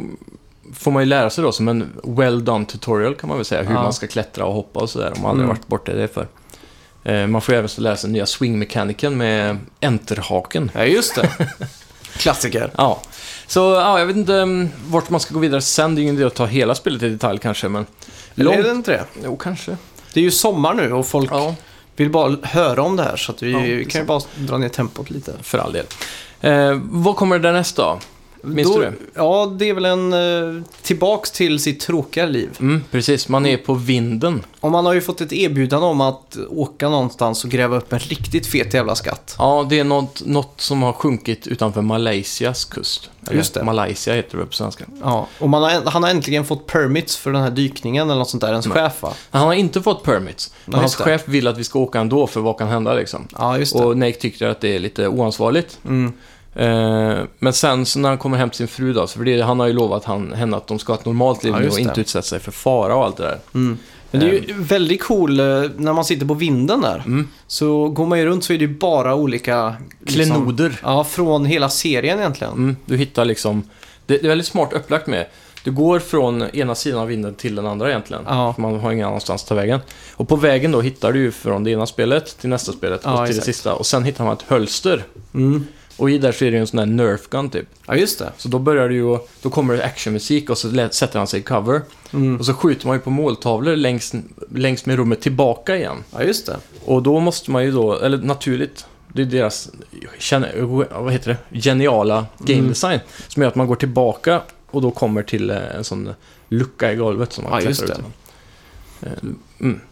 S1: får man ju lära sig då som en well done tutorial kan man väl säga. Hur
S2: Ja.
S1: man ska klättra och hoppa och sådär om man aldrig
S2: Mm.
S1: varit borta i det för. Eh, man får ju även så lära sig nya swingmekaniken med enterhaken.
S2: Ja, just det. Klassiker.
S1: Ja, så ja, jag vet inte um, vart man ska gå vidare sen. Det är ingen idé att ta hela spelet i detalj kanske, men...
S2: Eller
S1: Långt...
S2: är det inte det?
S1: Jo, kanske.
S2: Det är ju sommar nu och folk
S1: Ja,
S2: vill bara höra om det här så att vi
S1: Ja,
S2: vi kan ju
S1: precis.
S2: bara dra ner tempot lite.
S1: för all del. Eh, vad kommer det därnäst då? Minns
S2: Då-
S1: du det?
S2: Ja, det är väl en eh, tillbaks till sitt tråkiga liv.
S1: Mm, precis, man är på vinden.
S2: Och man har ju fått ett erbjudande om att åka någonstans och gräva upp en riktigt fet jävla skatt.
S1: Ja, det är något, något som har sjunkit utanför Malaysias kust. Eller,
S2: Just det.
S1: Malaysia heter det på svenska.
S2: Ja, och man har, han har äntligen fått permits för den här dykningen eller något sånt där, ens
S1: Nej.
S2: chef va?
S1: Han har inte fått permits, men
S2: Nej,
S1: hans
S2: just det.
S1: chef vill att vi ska åka ändå för vad kan hända liksom.
S2: Ja, just det.
S1: Och Nate tyckte att det är lite oansvarigt.
S2: Mm.
S1: Eh, men sen så när han kommer hem till sin fru då, så för det, han har ju lovat han, henne att de ska ha ett normalt liv
S2: Ja,
S1: nu
S2: just
S1: och
S2: det.
S1: inte utsätta sig för fara och allt det där. Eh,
S2: Mm. Men det är ju väldigt cool eh, när man sitter på vinden där.
S1: Mm.
S2: Så går man ju runt så är det ju bara olika... liksom-
S1: Klenoder.
S2: Ja, från hela serien egentligen.
S1: Mm, du hittar liksom, det, det är väldigt smart upplagt med. Du går från ena sidan av vinden till den andra egentligen.
S2: Ja.
S1: För man har ingen annanstans att ta vägen. Och på vägen då hittar du ju från det ena spelet till nästa spelet
S2: Ja,
S1: och till det
S2: exakt.
S1: sista. Och sen hittar man ett hölster.
S2: Mm.
S1: Och i där så är det ju en sån där Nerf gun typ.
S2: Ja, just det.
S1: Så då börjar du ju, då kommer det actionmusik och så lä- sätter han sig i cover.
S2: Mm.
S1: Och så skjuter man ju på måltavlor längs, längs med rummet tillbaka igen.
S2: Ja, just det.
S1: Och då måste man ju då, eller naturligt, det är deras känne, vad heter det? geniala game
S2: Mm.
S1: design som gör att man går tillbaka och då kommer till eh, en sån lucka i golvet som man
S2: Ja,
S1: klättrar
S2: just det.
S1: ut.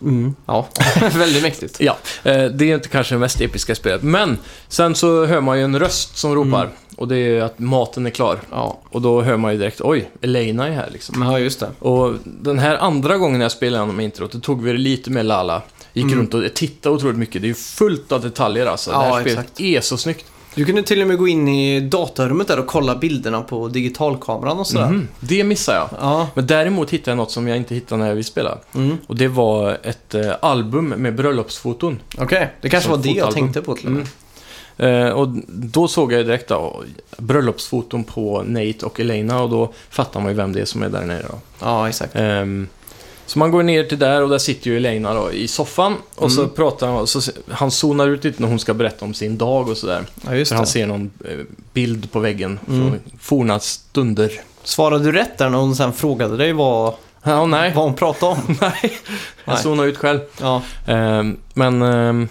S2: Mm. Ja, väldigt mäktigt.
S1: Ja, eh, det är inte kanske det mest episka spelet, men sen så hör man ju en röst som ropar
S2: Mm.
S1: och det är ju att maten är klar.
S2: Ja,
S1: Och då hör man ju direkt, oj, Elena är här liksom.
S2: men ja just det.
S1: Och den här andra gången jag spelade igenom introt, då tog vi det lite mer lala. Gick
S2: Mm.
S1: runt och tittade otroligt mycket. Det är ju fullt av detaljer alltså. det
S2: Ja,
S1: här spelet
S2: exakt.
S1: är så snyggt.
S2: Du kunde till och med gå in i datarummet där och kolla bilderna på digitalkameran och sådär.
S1: Mhm, det missar jag.
S2: Ja.
S1: Men däremot hittade jag något som jag inte hittade när vi spelade.
S2: Mm.
S1: Och det var ett eh, album med bröllopsfoton.
S2: Okej, det kanske
S1: Som
S2: var det jag
S1: fotalbum.
S2: tänkte på till och med.
S1: Eh, och då såg jag ju direkt då, bröllopsfoton på Nate och Elena och då fattar man ju vem det är som är där nere. Då.
S2: Ja, exakt.
S1: Ehm, så man går ner till där och där sitter ju Elena då i soffan och så
S2: Mm.
S1: pratar han, och så, han zonar ut lite när hon ska berätta om sin dag och sådär.
S2: Ja, just
S1: För han
S2: det.
S1: ser någon eh, bild på väggen
S2: Mm.
S1: från forna stunder.
S2: Svarade du rätt där när hon sen frågade dig vad,
S1: Ja, nej.
S2: vad hon pratade om?
S1: nej. Jag
S2: Nej.
S1: zonar ut själv.
S2: Ja,
S1: Ehm, men, ehm,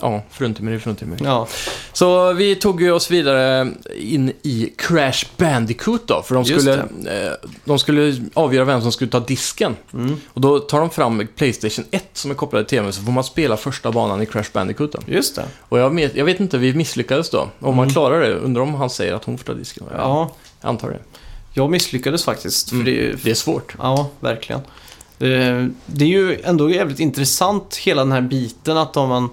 S1: ja, fruntimmer är fruntimmer.
S2: ja.
S1: Så vi tog ju oss vidare in i Crash Bandicoot då, för de
S2: Just
S1: skulle, eh, de skulle avgöra vem som skulle ta disken.
S2: Mm.
S1: Och då tar de fram Playstation 1 som är kopplad till TVn, så får man spela första banan i Crash Bandicoot då.
S2: just det.
S1: Och jag, vet- jag vet inte, vi misslyckades då. Om man
S2: Mm.
S1: klarar det, undrar om han säger att hon får ta disken.
S2: Ja,
S1: Jag antar det.
S2: jag misslyckades faktiskt. För
S1: Mm.
S2: det, är-
S1: Det är svårt.
S2: ja, verkligen. Eh, Det är ju ändå jävligt intressant hela den här biten att om man...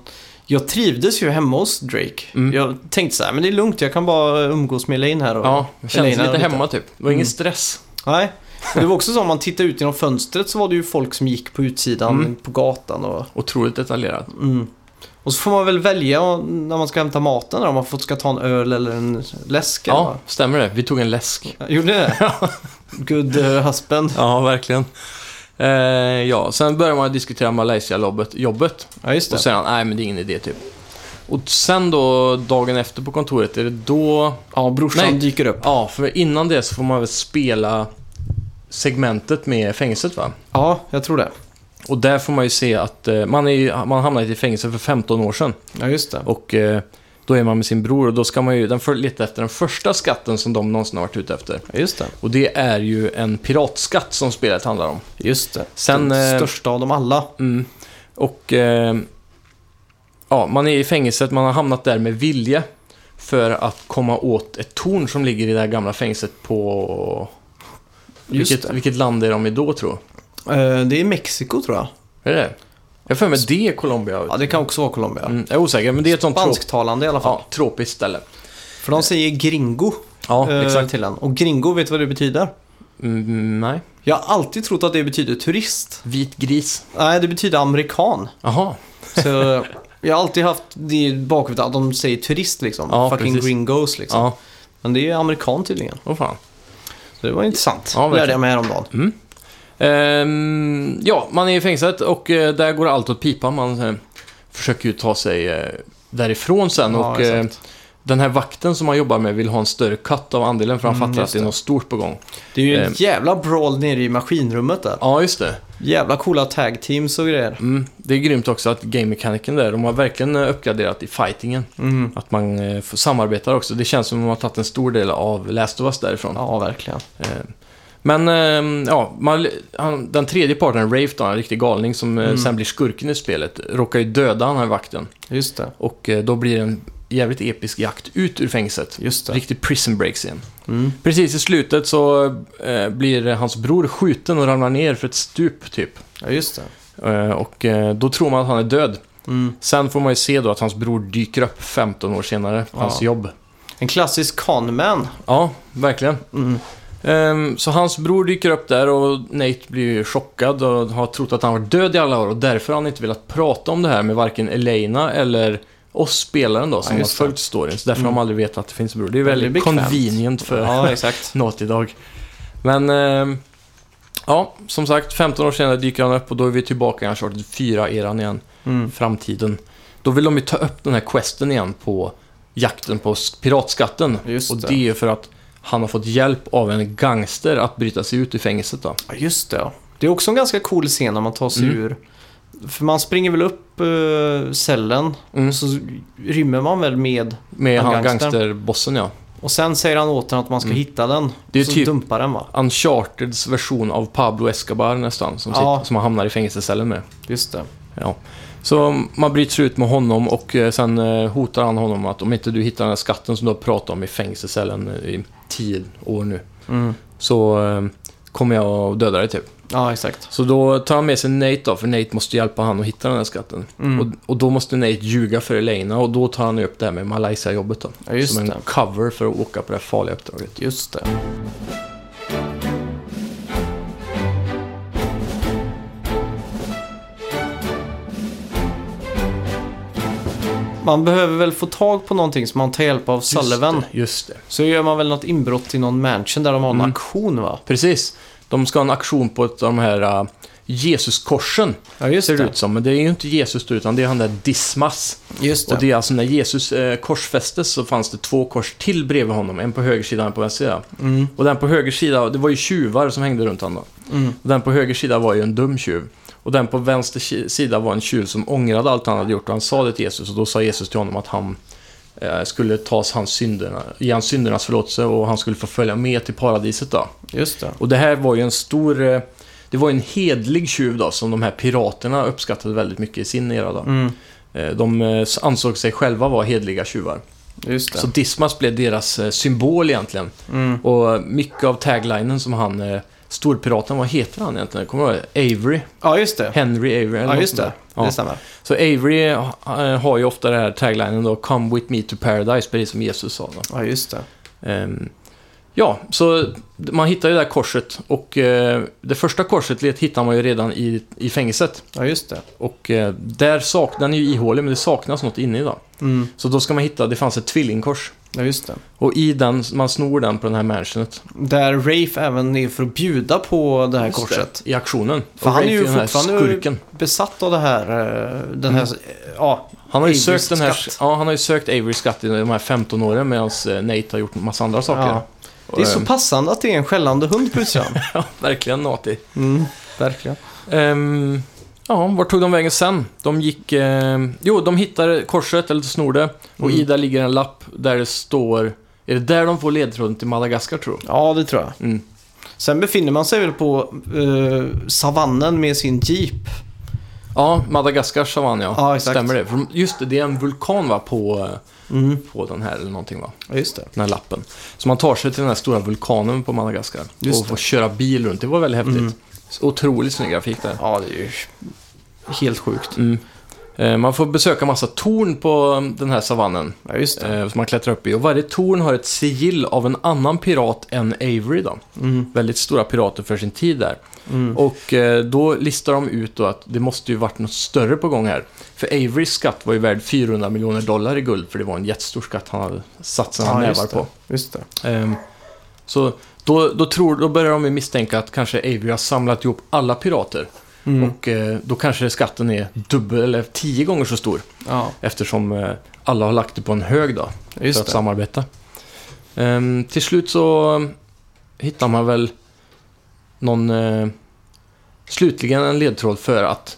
S2: Jag trivdes ju hemma hos Drake.
S1: Mm.
S2: Jag tänkte så här, men det är lugnt, jag kan bara eh, umgås med Elaine här och
S1: Ja, det kändes
S2: Elena
S1: lite
S2: lite.
S1: hemma typ. Det var ingen
S2: Mm.
S1: stress.
S2: Nej. Men Det var också så om man tittar ut genom fönstret så var det ju folk som gick på utsidan
S1: Mm.
S2: på gatan och...
S1: Otroligt detaljerat.
S2: Mm. Och så får man väl välja när man ska hämta maten där, om man får- ska ta en öl eller en läsk. eller
S1: Ja, stämmer det. Vi tog en läsk.
S2: vad? Gjorde ni det? Good eh, husband.
S1: Ja, verkligen. Eh, ja, sen börjar man diskutera Malaysia-jobbet. jobbet.
S2: Ja, just
S1: Och
S2: det.
S1: sen nej men det är ingen idé typ. Och sen då, dagen efter på kontoret, är det då...
S2: Ja, brorsan
S1: Nej.
S2: dyker upp.
S1: Ja, för innan det så får man väl spela segmentet med fängelset va?
S2: Ja, jag tror det.
S1: Och där får man ju se att eh, man, är ju, man hamnade i fängelse för 15 år sedan.
S2: Ja, just det.
S1: Och eh, då är man med sin bror och då ska man ju den för, leta efter den första skatten som de någonsin har varit ute efter.
S2: Ja, just det.
S1: Och det är ju en piratskatt som spelet handlar om.
S2: Just det.
S1: Sen,
S2: Den
S1: eh,
S2: största av dem alla.
S1: Mm. Och eh, ja, man är i fängelset, man har hamnat där med vilja för att komma åt ett torn som ligger i det här gamla fängelset på...
S2: Just
S1: Vilket,
S2: det.
S1: vilket land är de i då, tror
S2: Eh, det är Mexiko tror jag.
S1: jag? Är det det? Jag har för mig det är Colombia.
S2: Ja, det kan också vara Colombia.
S1: Mm, jag är osäker, men det är ett sånt trop,
S2: Spansktalande i alla fall.
S1: ja, tropiskt ställe.
S2: För de säger gringo
S1: Ja,
S2: eh,
S1: exakt.
S2: till en. Och gringo, vet du vad det betyder?
S1: Mm, nej.
S2: Jag har alltid trott att det betyder turist.
S1: Vit gris.
S2: Nej, det betyder amerikan.
S1: Jaha.
S2: Så jag har alltid haft det i bakhuvudet att de säger turist liksom.
S1: Ja,
S2: Fucking
S1: precis.
S2: gringos liksom.
S1: Ja,
S2: Men det är amerikan tydligen.
S1: åh fan.
S2: Så det var intressant.
S1: Ja, verkligen.
S2: lärde jag mig häromdagen.
S1: Ehm, ja, man är i fängelset och eh, där går allt åt pipan. Man eh, försöker ju ta sig eh, därifrån sen
S2: Ja,
S1: och eh,
S2: exakt.
S1: den här vakten som man jobbar med vill ha en större cut av andelen för han
S2: Mm,
S1: fattar att
S2: just
S1: det är
S2: det.
S1: något stort på gång.
S2: Det är ju en
S1: ehm.
S2: jävla brawl nere i maskinrummet där.
S1: Ja, just det.
S2: Jävla coola tag teams och grejer.
S1: Mm, det är grymt också att game-mekaniken där, de har verkligen eh, uppgraderat i fightingen.
S2: Mm.
S1: Att man eh, får- samarbetar också. Det känns som att de har tagit en stor del av Last of Us därifrån.
S2: Ja, verkligen.
S1: Eh, Men eh, ja, man, han, den tredje parten, Rafe då, en riktig galning som eh,
S2: Mm.
S1: sen blir skurken i spelet, råkar ju döda den här vakten.
S2: Just det.
S1: Och eh, då blir det en jävligt episk jakt ut ur fängelset.
S2: Just det.
S1: Riktig prison break scen.
S2: Mm.
S1: Precis i slutet så eh, blir hans bror skjuten och ramlar ner för ett stup typ.
S2: Ja, just det.
S1: Eh, och eh, då tror man att han är död.
S2: Mm.
S1: Sen får man ju se då att hans bror dyker upp 15 år senare på
S2: Ja.
S1: hans jobb.
S2: En klassisk conman.
S1: Ja, verkligen.
S2: Mm.
S1: Ehm, så hans bror dyker upp där och Nate blir ju chockad och har trott att han var död i alla år och därför har han inte velat prata om det här med varken Elena eller oss spelaren då som
S2: Ja,
S1: har
S2: just det.
S1: följt storyn. Så därför
S2: Mm.
S1: har de aldrig vetat att det finns en bror. Det är
S2: Väldigt
S1: väldigt,
S2: bekvämt.
S1: convenient för
S2: Ja, exakt.
S1: Naughty Dog. Men ehm, ja, som sagt, 15 år senare dyker han upp och då är vi tillbaka i Uncharted 4-eran igen.
S2: Mm.
S1: Framtiden. Då vill de ju ta upp den här questen igen på jakten på s- piratskatten.
S2: Just
S1: och
S2: det.
S1: det är för att han har fått hjälp av en gangster att bryta sig ut ur fängelset då.
S2: Ja, just det. ja. Det är också en ganska cool scen när man tar sig
S1: Mm.
S2: ur. För man springer väl upp eh, cellen
S1: Mm.
S2: och så rymmer man väl med.
S1: Med
S2: En
S1: han
S2: gangster.
S1: gangsterbossen ja.
S2: Och sen säger han åt den att man ska
S1: Mm.
S2: hitta den.
S1: Det är
S2: så
S1: typ-
S2: dumpar den va?
S1: Uncharteds version av Pablo Escobar nästan, som,
S2: Ja.
S1: sitter, som han hamnar i fängelsecellen med.
S2: Just det.
S1: Ja. Så man bryter sig ut med honom och eh, sen eh, hotar han honom att om inte du hittar den här skatten som du har pratat om i fängelsecellen i tio år nu
S2: Mm.
S1: så eh, kommer jag och döda dig typ.
S2: Ja, exakt.
S1: Så då tar han med sig Nate då, för Nate måste hjälpa han att hitta den här skatten.
S2: Mm.
S1: Och, och då måste Nate ljuga för Elena och då tar han upp det här med Malaysia-jobbet då.
S2: Ja, just
S1: som en
S2: det.
S1: cover för att åka på det här farliga uppdraget.
S2: Just det. Man behöver väl få tag på någonting som man tar hjälp av Sullivan.
S1: Just det, just det.
S2: Så gör man väl något inbrott i någon mansion där de har en
S1: Mm.
S2: auktion va?
S1: Precis. De ska ha en aktion på ett av de här uh, Jesuskorsen.
S2: Ja, just
S1: ser det ut som. Men det är ju inte Jesus då, utan det är han där Dismas.
S2: Just det.
S1: Och det är alltså när Jesus eh, korsfästes så fanns det två kors till bredvid honom. En på höger sida och en på vänster sida.
S2: Mm.
S1: Och den på höger sida, det var ju tjuvar som hängde runt honom.
S2: Mm.
S1: Och den på höger sida var ju en dum tjuv. Och den på vänster ki- sida var en tjuv som ångrade allt han hade gjort. Och han sa det till Jesus och då sa Jesus till honom att han eh, skulle tas hans synderna, ge hans syndernas förlåtelse och han skulle få följa med till paradiset då.
S2: Just det.
S1: Och det här var ju en stor... eh, Det var ju en hedlig tjuv då, som de här piraterna uppskattade väldigt mycket i sin era då.
S2: Mm.
S1: Eh, De eh, ansåg sig själva vara hedliga tjuvar.
S2: Just det.
S1: Så Dismas blev deras eh, symbol egentligen.
S2: Mm.
S1: Och eh, mycket av taglinen som han, eh, storpiraten, vad heter han egentligen? Kommer du ihåg? Avery?
S2: Ja, just det.
S1: Henry Avery? Eller
S2: Ja,
S1: något
S2: just
S1: sånt
S2: det.
S1: där. Ja.
S2: Det stämmer.
S1: Så Avery eh, har ju ofta den här taglinen då, “Come with me to paradise”, precis som Jesus sa då.
S2: Ja, just det.
S1: Ehm, Ja, så man hittar ju det här korset och eh, det första korset let- hittar man ju redan i, i fängelset.
S2: Ja, just det.
S1: Och eh, där saknar den är ju ihålig, men det saknas något inne i den.
S2: Mm.
S1: Så då ska man hitta, det fanns ett tvillingkors.
S2: Ja, just det.
S1: Och i den, man snor den på den här mansionet.
S2: Där Rafe även är för att bjuda på det här
S1: Just det,
S2: korset.
S1: I aktionen.
S2: För
S1: Och
S2: han är
S1: Rafe
S2: ju
S1: den här
S2: fortfarande-
S1: skurken.
S2: Besatt av det här, eh, den
S1: Mm.
S2: här, eh, ja.
S1: Han har ju
S2: Averys
S1: sökt den här...
S2: skatt.
S1: Ja, han har ju sökt Averys skatt i de här 15 åren medan eh, Nate har gjort en massa andra saker.
S2: Ja. Det är så
S1: Ehm,
S2: passande att det är en skällande hund plötsligt.
S1: ja, verkligen Nati.
S2: Mm, verkligen.
S1: Ehm, ja, vart tog de vägen sen? De gick... ehm, jo, de hittade korset, eller snor det. Och
S2: Mm.
S1: i där ligger en lapp där det står... Är det där de får ledtråden till Madagaskar, tror jag?
S2: Ja, det tror jag.
S1: Mm.
S2: Sen befinner man sig väl på eh, savannen med sin jeep.
S1: Ja, Madagaskar sa han, ja.
S2: Ja, exakt.
S1: Stämmer det? För de- Just det, det är en vulkan va, på, eh,
S2: Mm,
S1: på den här eller någonting va?
S2: ja, just det.
S1: Den här lappen. Så man tar sig till den här stora vulkanen på Madagaskar
S2: Just
S1: och
S2: det.
S1: får köra bil runt. Det var väldigt häftigt.
S2: Mm.
S1: Otroligt snygg grafik där.
S2: Ja, det är ju helt sjukt.
S1: Mm. Eh, Man får besöka massa torn på eh, den här savannen.
S2: Ja, just det.
S1: eh, som man klättrar upp i. Och varje torn har ett sigill av en annan pirat än Avery då.
S2: Mm,
S1: Väldigt stora pirater för sin tid där.
S2: mm.
S1: Och eh, då listar de ut då att det måste ju varit något större på gång här. För Averys skatt var ju värd 400 miljoner dollar i guld, för det var en jättestor skatt han hade satt sina
S2: Ja,
S1: nävar
S2: just det.
S1: på.
S2: Just det.
S1: Ehm, Så då, då, tror, då börjar de ju misstänka att kanske Avery har samlat ihop alla pirater.
S2: Mm.
S1: Och eh, då kanske skatten är dubbel eller tio gånger så stor.
S2: ja,
S1: Eftersom eh, alla har lagt det på en hög då, för
S2: just
S1: att
S2: det.
S1: samarbeta. Ehm, till slut så eh, hittar man väl någon... Eh, slutligen en ledtråd för att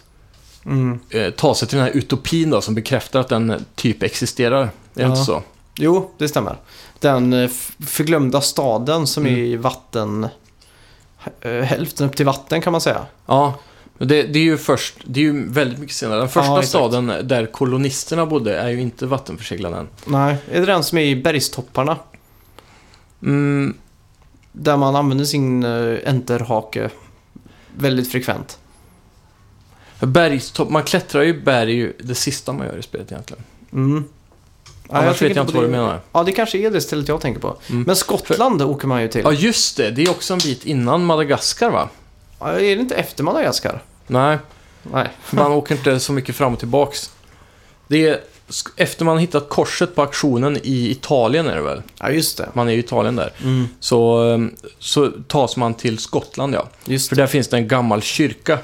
S2: Mm.
S1: eh, ta sig till den här utopin då, som bekräftar att den eh, typ existerar. Är det
S2: Ja.
S1: inte så?
S2: Jo, det stämmer. Den eh, f- förglömda staden som
S1: Mm.
S2: är i vatten... eh, Hälften upp till vatten kan man säga.
S1: Ja, men det, det är ju först, det är ju väldigt mycket senare. Den första
S2: Ja, exakt.
S1: staden där kolonisterna bodde är ju inte vattenförseglad än.
S2: Nej, är det den som är i bergstopparna?
S1: Mm,
S2: Där man använder sin eh, enterhake väldigt frekvent.
S1: bergstopp, man klättrar ju i berg är ju det sista man gör i spelet egentligen.
S2: Mm. Ja,
S1: Annars
S2: tänker
S1: vet jag
S2: på
S1: inte vad du
S2: det.
S1: menar.
S2: Ja, det kanske är det stället jag tänker på.
S1: Mm.
S2: Men Skottland åker man ju till.
S1: Ja, just det. Det är också en bit innan Madagaskar, va?
S2: Ja, Är det inte efter Madagaskar?
S1: Nej,
S2: Nej.
S1: man åker inte så mycket fram och tillbaks. Det är sk- efter man hittat korset på auktionen i Italien är det väl?
S2: Ja, just det.
S1: Man är i Italien där.
S2: Mm.
S1: Så, eh, så tas man till Skottland, ja.
S2: Just
S1: För
S2: det.
S1: där finns det en gammal kyrka.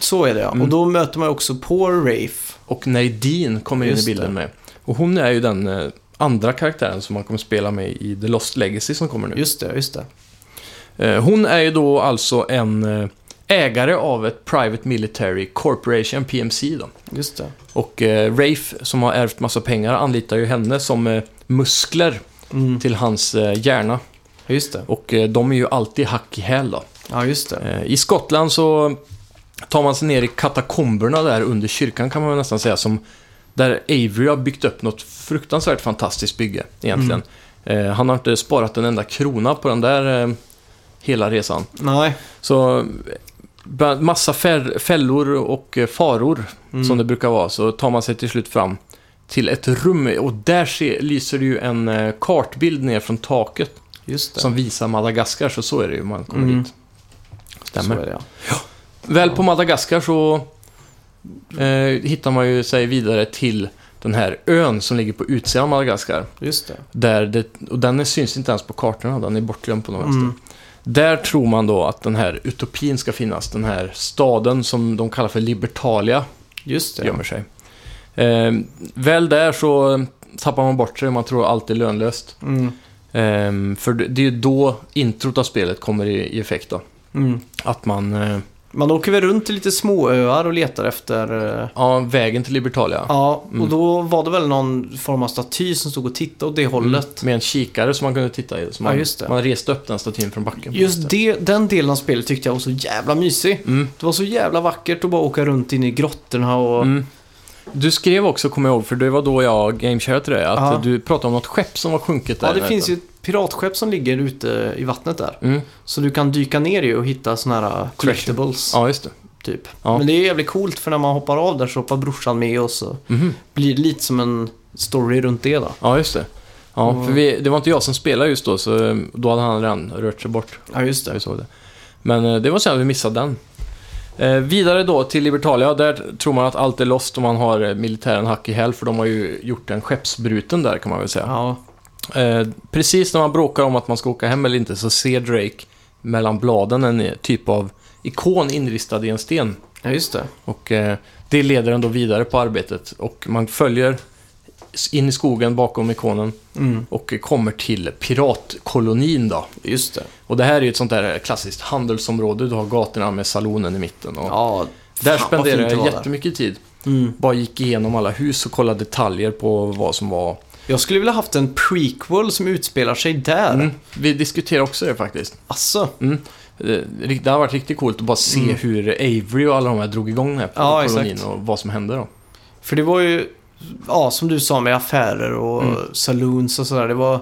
S2: Så är det
S1: Mm.
S2: ja. Och då möter man ju också på Rafe.
S1: Och Nadine kommer in i
S2: Just
S1: bilden
S2: det.
S1: med. Och hon är ju den eh, andra karaktären som man kommer spela med i The Lost Legacy som kommer nu.
S2: Just det, just det.
S1: Eh, Hon är ju då alltså en eh, ägare av ett Private Military Corporation, PMC då.
S2: Just det.
S1: Och eh, Rafe, som har ärvt massa pengar, anlitar ju henne som eh, muskler
S2: Mm.
S1: till hans eh, hjärna.
S2: Just det.
S1: Och eh, de är ju alltid hack i häl då.
S2: Ja, just det.
S1: Eh, I Skottland så tar man sig ner i katakomberna där under kyrkan kan man väl nästan säga som där Avery har byggt upp något fruktansvärt fantastiskt bygge egentligen. Eh, han har inte sparat en enda krona på den där eh, hela resan.
S2: Nej.
S1: Så eh, bland massa fär- fällor och eh, faror
S2: Mm.
S1: som det brukar vara så tar man sig till slut fram till ett rum och där se, lyser det ju en eh, kartbild ner från taket
S2: Just det.
S1: som visar Madagaskar så så är det ju man kommer
S2: Mm.
S1: dit. Stämmer.
S2: Så är det ja.
S1: Väl på Madagaskar så eh, hittar man ju sig vidare till den här ön som ligger på utsidan av Madagaskar.
S2: Just det.
S1: Där det, och den är, syns inte ens på kartorna, den är bortglömd på något vänster.
S2: Mm.
S1: Där tror man då att den här utopin ska finnas, den här staden som de kallar för Libertalia
S2: Just det.
S1: gömmer sig. Eh, väl där så tappar man bort sig, man tror allt är lönlöst.
S2: Mm.
S1: Eh, för det det är ju då introt av spelet kommer i, i effekt då.
S2: Mm.
S1: Att man, eh,
S2: Man åker väl runt till lite småöar och letar efter... eh,
S1: ja, vägen till Libertalia.
S2: Ja,
S1: Mm.
S2: och då var det väl någon form av staty som stod och tittade åt
S1: Mm.
S2: det hållet.
S1: Med en kikare som man kunde titta i. Så man,
S2: Ja, just det.
S1: man reste upp den statyn från backen.
S2: Just det, den delen av spelet tyckte jag var så jävla mysig.
S1: Mm.
S2: Det var så jävla vackert att bara åka runt inne i grottorna och...
S1: Mm. Du skrev också, kommer jag ihåg, för det var då jag gamesharade till dig, att
S2: Ja.
S1: du pratade om något skepp som var sjunket där.
S2: Ja,
S1: i
S2: det
S1: närheten.
S2: finns ju ett piratskepp som ligger ute i vattnet där.
S1: Mm.
S2: Så du kan dyka ner i och hitta såna här eh, collectibles,
S1: Ja, just det.
S2: typ.
S1: Ja.
S2: Men det är jävligt coolt för när man hoppar av där så hoppar brorsan med och så
S1: Mhm.
S2: blir det lite som en story runt det då.
S1: Ja, just det. Ja,
S2: Och-
S1: för vi, det var inte jag som spelade just då, så eh, då hade han redan rört sig bort.
S2: Ja, just
S1: Vi såg det. Men eh, det var synd att vi missade den. Eh, vidare då till Libertalia, där tror man att allt är lost om man har eh, militären hack i häl, för de har ju gjort en skeppsbruten där kan man väl säga.
S2: Ja,
S1: Eh, precis när man bråkar om att man ska åka hem eller inte så ser Drake mellan bladen en typ av ikon inristad i en sten.
S2: ja just det.
S1: Och eh, det leder ändå vidare på arbetet och man följer in i skogen bakom ikonen
S2: Mm,
S1: och kommer till piratkolonin då.
S2: just det.
S1: Och det här är ju ett sånt där klassiskt handelsområde. Du har gatorna med salonen i mitten. Och
S2: Ja,
S1: där
S2: fan, vad fint
S1: spenderade
S2: det
S1: jag
S2: var där.
S1: jättemycket tid.
S2: Mm.
S1: Bara gick igenom alla hus och kollade detaljer på vad som var.
S2: Jag skulle vilja haft en prequel som utspelar sig där.
S1: Mm. Vi diskuterade också det faktiskt.
S2: Alltså,
S1: Mm. Eh, Det hade varit riktigt coolt att bara se
S2: Mm.
S1: hur Avery och alla de här drog igång den här
S2: Ja,
S1: kolonin
S2: exakt.
S1: och vad som hände då.
S2: för det var ju, ja som du sa med affärer och
S1: Mm.
S2: saloons och sådär. Det var,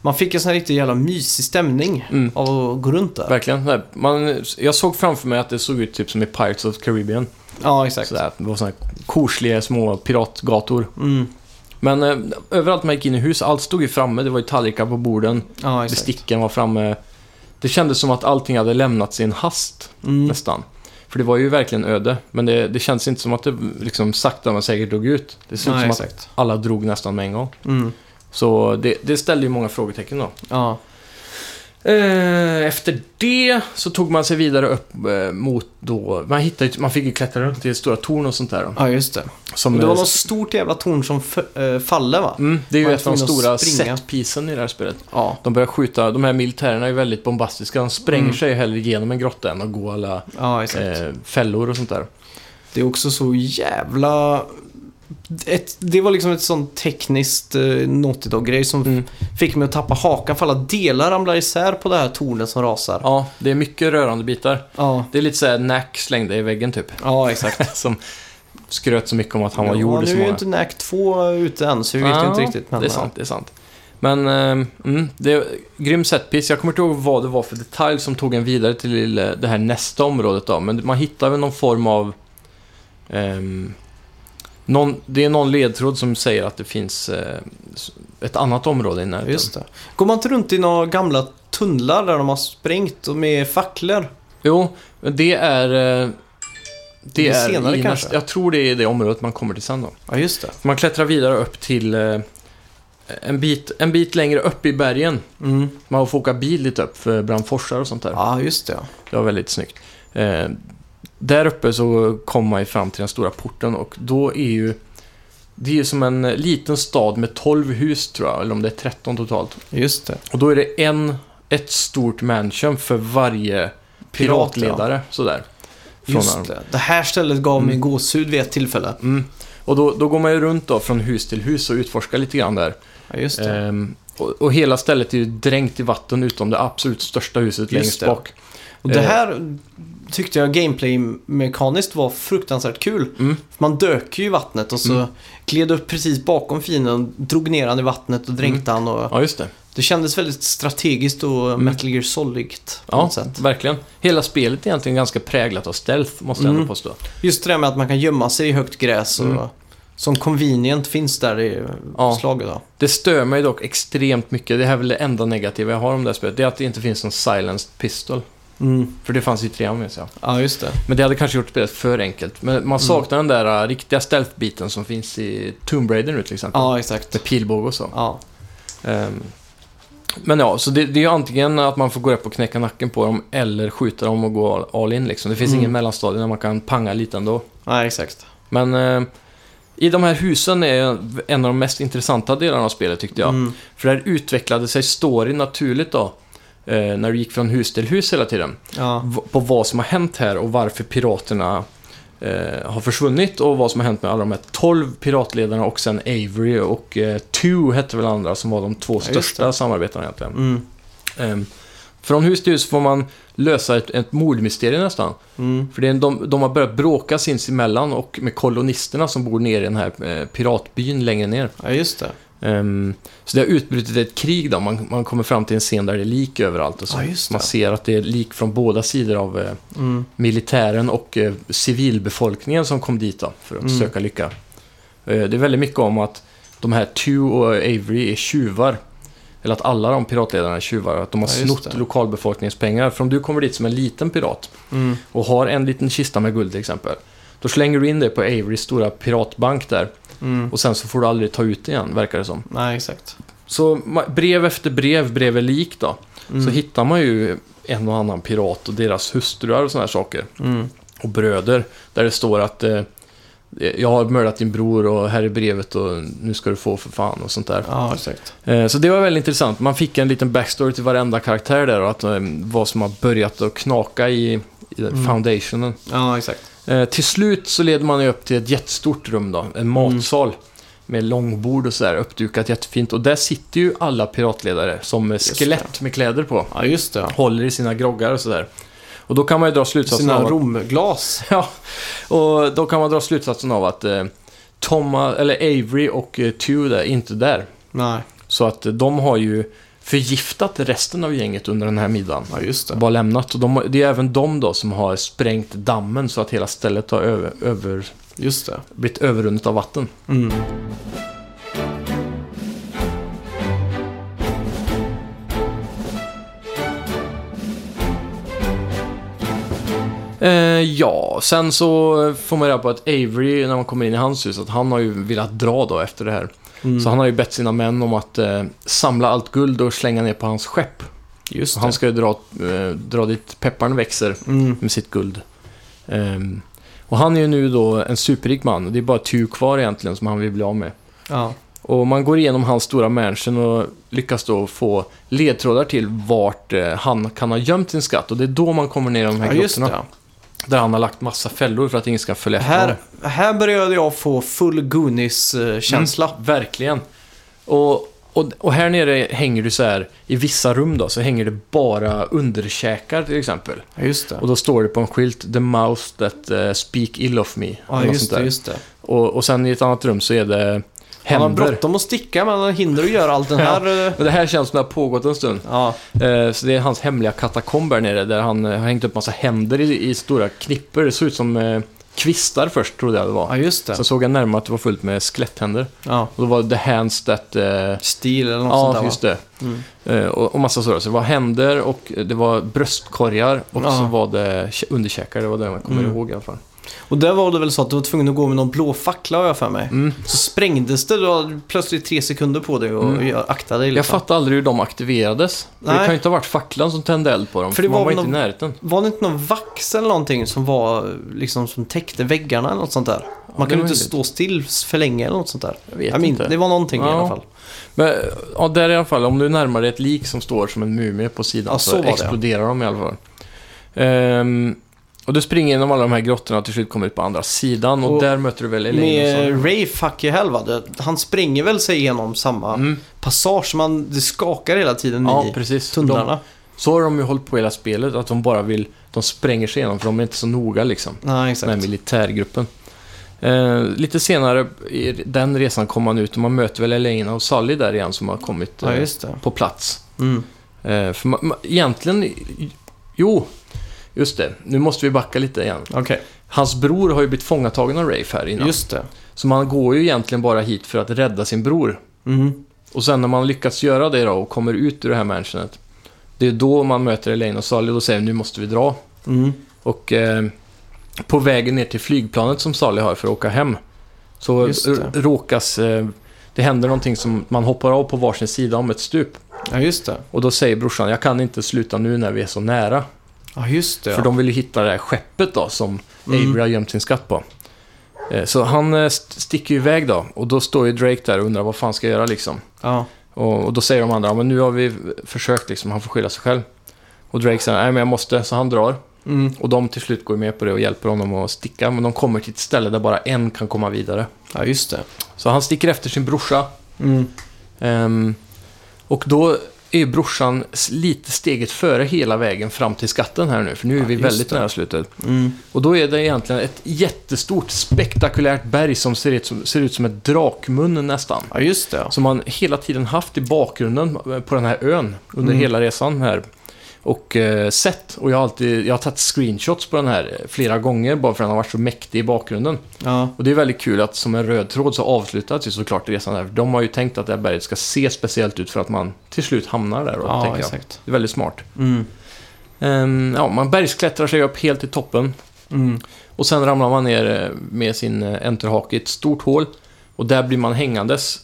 S2: man fick en sån här riktigt jävla mysig stämning
S1: Mm.
S2: av att gå runt där.
S1: Verkligen. så här, Man, jag såg framför mig att det såg ut typ som i Pirates of the Caribbean.
S2: Ja, exakt.
S1: Sådär, det var sådana här korsliga små piratgator.
S2: Mm.
S1: Men eh, överallt man gick in i hus, allt stod ju framme. Det var ju tallrikar på borden,
S2: Ja, exakt.
S1: besticken var framme. Det kändes som att allting hade lämnats i en hast,
S2: Mm.
S1: nästan. För det var ju verkligen öde, men det, det kändes inte som att det liksom sakta men säkert dog ut. Det såg ut
S2: Ja,
S1: som att
S2: exakt.
S1: alla drog nästan med en gång.
S2: Mm.
S1: Så det, det ställde ju många frågetecken då.
S2: Ja.
S1: Eh, Efter det så tog man sig vidare upp eh, mot då... Man, hittade, ju- man fick ju klättra runt i stora torn och sånt där. då.
S2: Ja, just det.
S1: Som,
S2: Och det
S1: eh,
S2: var något stort jävla torn som f- eh, faller va?
S1: mm, det är ju
S2: Man
S1: ett av de
S2: var tvungen
S1: stora
S2: att springa.
S1: setpiecen i det här spelet.
S2: Ja.
S1: De börjar skjuta, de här militärerna är väldigt bombastiska. De spränger
S2: Mm.
S1: sig hellre genom en grotta än att gå alla
S2: Ja, exakt.
S1: eh, fällor och sånt där.
S2: Det är också så jävla... Ett, det var liksom ett sånt tekniskt eh, Naughty Dog-grej som
S1: Mm.
S2: fick mig att tappa hakan för alla delar ramlar isär på det här tornet som rasar.
S1: Ja, det är mycket rörande bitar.
S2: Ja,
S1: Det är lite såhär Nack slängde i väggen typ.
S2: ja exakt.
S1: Som skröt så mycket om att han var
S2: ja,
S1: gjord i
S2: nu
S1: så
S2: är ju
S1: många.
S2: inte NAC 2 ute än så vi vet ju
S1: Ja,
S2: inte riktigt. Men, eh.
S1: Det är sant, det är sant. Men, eh, mm, det är grym setpiece. Jag kommer inte ihåg vad det var för detalj som tog en vidare till eh, det här nästa området då. Men man hittar väl någon form av... ehm, någon, det är någon ledtråd som säger att det finns eh, s- ett annat område i
S2: ja,
S1: närheten.
S2: eh, Just det. Går man inte runt i några gamla tunnlar där de har sprängt och med facklor?
S1: Jo, men det är... eh, Det,
S2: Det är
S1: är
S2: senare
S1: i
S2: kanske?
S1: nästa- jag tror det är det området man kommer till sen då.
S2: Ja, just det.
S1: Man klättrar vidare upp till eh, en, bit, en bit längre upp i bergen.
S2: Mm.
S1: Man får åka bil lite upp för brandforsar och sånt där.
S2: Ja, just det.
S1: Det var väldigt snyggt. Eh, där uppe så kommer man ju fram till den stora porten och då är ju... Det är ju som en eh, liten stad med 12 hus tror jag, eller om det är 13 totalt.
S2: Just det.
S1: Och då är det en, ett stort mansion för varje piratledare. Sådär. Från
S2: Just
S1: Arm.
S2: det. Det här stället gav mig gåshud vid ett tillfälle.
S1: Mm. Och då, då går man ju runt då från hus till hus och utforskar lite grann där.
S2: Ja, just det.
S1: Ehm, och, och hela stället är ju dränkt i vatten utom det absolut största huset längst
S2: det.
S1: bak. Eh,
S2: Och det här tyckte jag gameplay-mekaniskt var fruktansvärt kul.
S1: Mm.
S2: Man dök ju i vattnet och så gled upp precis bakom fienden, drog ner han i vattnet och dränkte
S1: Mm.
S2: han. Och
S1: Ja, just det.
S2: det kändes väldigt strategiskt och Metal Gear Solid-igt på
S1: Mm. Ja,
S2: något sätt.
S1: verkligen. Hela spelet är egentligen ganska präglat av stealth, måste jag ändå
S2: Mm.
S1: påstå.
S2: Just det där med att man kan gömma sig i högt gräs och som convenient finns där i
S1: Mm. Ja.
S2: slaget. Då.
S1: Det stör mig dock extremt mycket. Det här är väl det enda negativa jag har om det här spelet. Det är att det inte finns någon silenced pistol.
S2: Mm.
S1: För det fanns i trean, minns jag.
S2: Ja, just det.
S1: Men det hade kanske gjort spelet för enkelt. Men
S2: Mm.
S1: man saknar den där äh, riktiga stealth-biten som finns i Tomb Raider nu till exempel.
S2: Ja, exakt.
S1: Med pilbåge och så.
S2: Ja.
S1: Ehm, Men ja, så det, det är ju antingen att man får gå upp och knäcka nacken på dem eller skjuta dem och gå all- all in liksom. Det finns
S2: Mm.
S1: ingen mellanstadie där man kan panga lite ändå.
S2: Nej, exakt.
S1: Men eh, i de här husen är en av de mest intressanta delarna av spelet tyckte jag.
S2: Mm.
S1: För där utvecklade sig story naturligt då. eh, När du gick från hus till hus hela tiden.
S2: Ja.
S1: V- På vad som har hänt här och varför piraterna eh, har försvunnit och vad som har hänt med alla de här 12 piratledarna och sen Avery och eh, Two hette väl andra som var de två
S2: Ja, just
S1: största samarbetarna egentligen.
S2: Mm.
S1: Ehm, från hus till hus får man lösa ett, ett mordmysterium nästan.
S2: Mm.
S1: För det är, en- de, de har börjat bråka sinsemellan och med kolonisterna som bor nere i den här eh, piratbyn längre ner.
S2: Ja, just det.
S1: Ehm, så det har utbrutit ett krig då. Man, man kommer fram till en scen där det är lik överallt. Och så.
S2: Ja, just det.
S1: man ser att det är lik från båda sidor av eh,
S2: Mm.
S1: militären och eh, civilbefolkningen som kom dit då, för att
S2: Mm.
S1: söka lycka. Eh, det är väldigt mycket om att de här Two och Avery är tjuvar. Eller att alla de piratledarna är tjuvar och att de har
S2: Ja, just
S1: snott
S2: det.
S1: lokalbefolkningens pengar. För om du kommer dit som en liten pirat
S2: Mm.
S1: och har en liten kista med guld till exempel. Då slänger du in det på Averys stora piratbank där
S2: Mm.
S1: och sen så får du aldrig ta ut det igen, verkar det som.
S2: Nej, exakt.
S1: Så ma- brev efter brev, brev är lik då, så
S2: Mm.
S1: hittar man ju en och annan pirat och deras hustruar och sådana här saker.
S2: Mm.
S1: och bröder. Där det står att eh, jag har mördat din bror och här är brevet och nu ska du få för fan och sånt där.
S2: Ja, exakt.
S1: Eh, så det var väldigt intressant. Man fick en liten backstory till varenda karaktär där och att, eh, vad som har börjat att knaka i, i
S2: Mm.
S1: foundationen.
S2: Ja, exakt.
S1: Eh, till slut så leder man ju upp till ett jättestort rum då,
S2: Mm.
S1: en matsal. Med långbord och sådär, uppdukat jättefint. Och där sitter ju alla piratledare som eh,
S2: det.
S1: skelett med kläder på.
S2: Ja, just det.
S1: Håller i sina groggar och sådär. Och då kan man ju dra slutsatsen av
S2: Sina
S1: att-
S2: romglas.
S1: Ja, och då kan man dra slutsatsen av att eh, Toma, eller Avery och eh, Tew där är inte där.
S2: Nej,
S1: Så att eh, de har ju förgiftat resten av gänget under den här middagen.
S2: ja just det.
S1: Bara lämnat. Och de, har- det är även de då som har sprängt dammen så att hela stället har över, över,
S2: Just det.
S1: blivit överrunnet av vatten.
S2: Mm.
S1: Eh, ja, sen så får man reda på att Avery, när man kommer in i hans hus, att han har ju velat dra då efter det här.
S2: Mm.
S1: Så han har ju bett sina män om att eh, samla allt guld och slänga ner på hans skepp.
S2: Just
S1: Och han
S2: det.
S1: ska ju dra, eh, dra dit pepparn växer
S2: Mm.
S1: med sitt guld. Ehm, och han är ju nu då en superrik man. och Det är bara Tu kvar egentligen som han vill bli av med.
S2: Ja.
S1: Och man går igenom hans stora mansion och lyckas då få ledtrådar till vart eh, han kan ha gömt sin skatt. Och det är då man kommer ner i de här
S2: ja, just det.
S1: grottorna.
S2: ja.
S1: Där han har lagt massa fällor för att ingen ska följa efter
S2: Här,
S1: honom.
S2: här började jag få full Goonies-känsla.
S1: Mm, verkligen. Och, och, och här nere hänger du så här, i vissa rum då, så hänger det bara underkäkar till exempel.
S2: Ja, just det.
S1: Och då står det på en skylt “The mouth that eh, speak ill of me”.
S2: Ja,
S1: eller något
S2: just
S1: sånt
S2: det,
S1: där.
S2: just det.
S1: Och, och sen i ett annat rum så är det
S2: Han har
S1: händer.
S2: bråttom att sticka, men han hinner att göra allt den här... eh,
S1: Men det här känns som det har pågått en stund.
S2: ja.
S1: Eh, så det är hans hemliga katakomb där nere där han eh, har hängt upp massa händer i, i stora knipper. Det såg ut som eh, kvistar först, trodde jag det var.
S2: ja, just det.
S1: Sen såg jag närmare att det var fullt med skeletthänder.
S2: Ja.
S1: Och då var det “The hands that...” eh,
S2: Stil eller något sånt
S1: Ja,
S2: där,
S1: just
S2: va?
S1: det.
S2: Mm.
S1: Eh, Och, och massa sådär. Så det var händer och det var bröstkorgar och
S2: Ja.
S1: så var det kä- underkäkar. Det var det jag kommer
S2: Mm.
S1: ihåg i alla fall.
S2: Och där var det väl så att du var tvungen att gå med någon blå fackla har jag för mig.
S1: Mm.
S2: Så sprängdes det, du hade plötsligt tre sekunder på dig och
S1: Mm.
S2: mm. akta dig
S1: Jag
S2: liksom.
S1: fattar aldrig hur de aktiverades. För Det
S2: Nej.
S1: kan ju inte ha varit facklan som tände eld på dem. För det var man var
S2: väl
S1: inte i
S2: någon-
S1: närheten.
S2: Var det inte någon vax eller någonting som var liksom som täckte väggarna eller något sånt där?
S1: det
S2: Man kan ju
S1: var
S2: inte
S1: möjligt.
S2: stå still för länge eller något sånt där.
S1: Jag vet
S2: Jag minns-
S1: inte.
S2: det var någonting i
S1: Ja.
S2: alla fall.
S1: Men ja, där i alla fall, om du närmar dig ett lik som står som en mumie på sidan
S2: Ja,
S1: så,
S2: så var det, ja.
S1: exploderar de i alla fall. Ehm, och du springer genom alla de här grottorna och till slut kommer ut på andra sidan och,
S2: Och
S1: där möter du väl Elaine och
S2: Med Ray fuck i helvete. Han spränger väl sig igenom samma
S1: så. Mm.
S2: passage. Man, det skakar hela tiden
S1: Ja,
S2: i
S1: precis. De,
S2: tunnlarna.
S1: så har de ju hållit på hela spelet, att de bara vill... De spränger sig igenom för de är inte så noga liksom.
S2: Nej,
S1: den här
S2: exakt.
S1: militärgruppen. Eh, lite senare i den resan kom han ut och man möter väl Elena och Sally där igen som har kommit eh,
S2: Ja, just det.
S1: på plats.
S2: Mm.
S1: Eh, för man, man, egentligen... Jo, just det. Nu måste vi backa lite igen.
S2: Okej,
S1: Hans bror har ju blivit fångatagen av Rafe här innan.
S2: just det.
S1: Så man går ju egentligen bara hit för att rädda sin bror.
S2: Mm.
S1: Och sen när man lyckats göra det då och kommer ut ur det här mansionet. Det är då man möter Elena och Sally och då säger nu måste vi dra.
S2: Mm.
S1: Och eh, på vägen ner till flygplanet som Sally har för att åka hem så
S2: Just det.
S1: r- råkas... Eh, det händer någonting som man hoppar av på varsin sida om ett stup.
S2: Ja, just det.
S1: Och då säger brorsan, jag kan inte sluta nu när vi är så nära.
S2: Ja, just det.
S1: För
S2: ja.
S1: de vill ju hitta det här skeppet då som
S2: Mm.
S1: Avery har gömt sin skatt på. Eh, Så han eh, st- sticker ju iväg då och då står ju Drake där och undrar vad fan ska jag göra liksom.
S2: Ja.
S1: Och, och då säger de andra, "Ja, men nu har vi försökt liksom, han får skylla sig själv. Och Drake säger, nej men jag måste, så han drar.
S2: Mm.
S1: Och de till slut går ju med på det och hjälper honom att sticka, men de kommer till ett ställe där bara en kan komma vidare.
S2: ja, just det.
S1: Så han sticker efter sin brorsa.
S2: Mm.
S1: ehm, och då är ju brorsan s- lite steget före hela vägen fram till skatten här nu, för nu är vi
S2: just
S1: väldigt
S2: det.
S1: nära slutet.
S2: Mm.
S1: Och då är det egentligen ett jättestort, spektakulärt berg som ser ut som, ser ut som ett drakmun nästan.
S2: Ja, just det. ja.
S1: Som man hela tiden haft i bakgrunden på den här ön under
S2: Mm.
S1: hela resan här. Och eh, sett. Och jag har, alltid, jag har tagit screenshots på den här eh, flera gånger bara för att den har varit så mäktig i bakgrunden.
S2: Ja,
S1: Och det är väldigt kul att som en röd tråd så avslutas ju såklart resan där. De har ju tänkt att det här berget ska se speciellt ut för att man till slut hamnar där. Då,
S2: ja
S1: tänker jag.
S2: exakt.
S1: Det är väldigt smart.
S2: Mm.
S1: Ehm, ja, man bergsklättrar sig upp helt till toppen.
S2: Mm.
S1: Och sen ramlar man ner eh, med sin eh, enterhake i ett stort hål. Och där blir man hängandes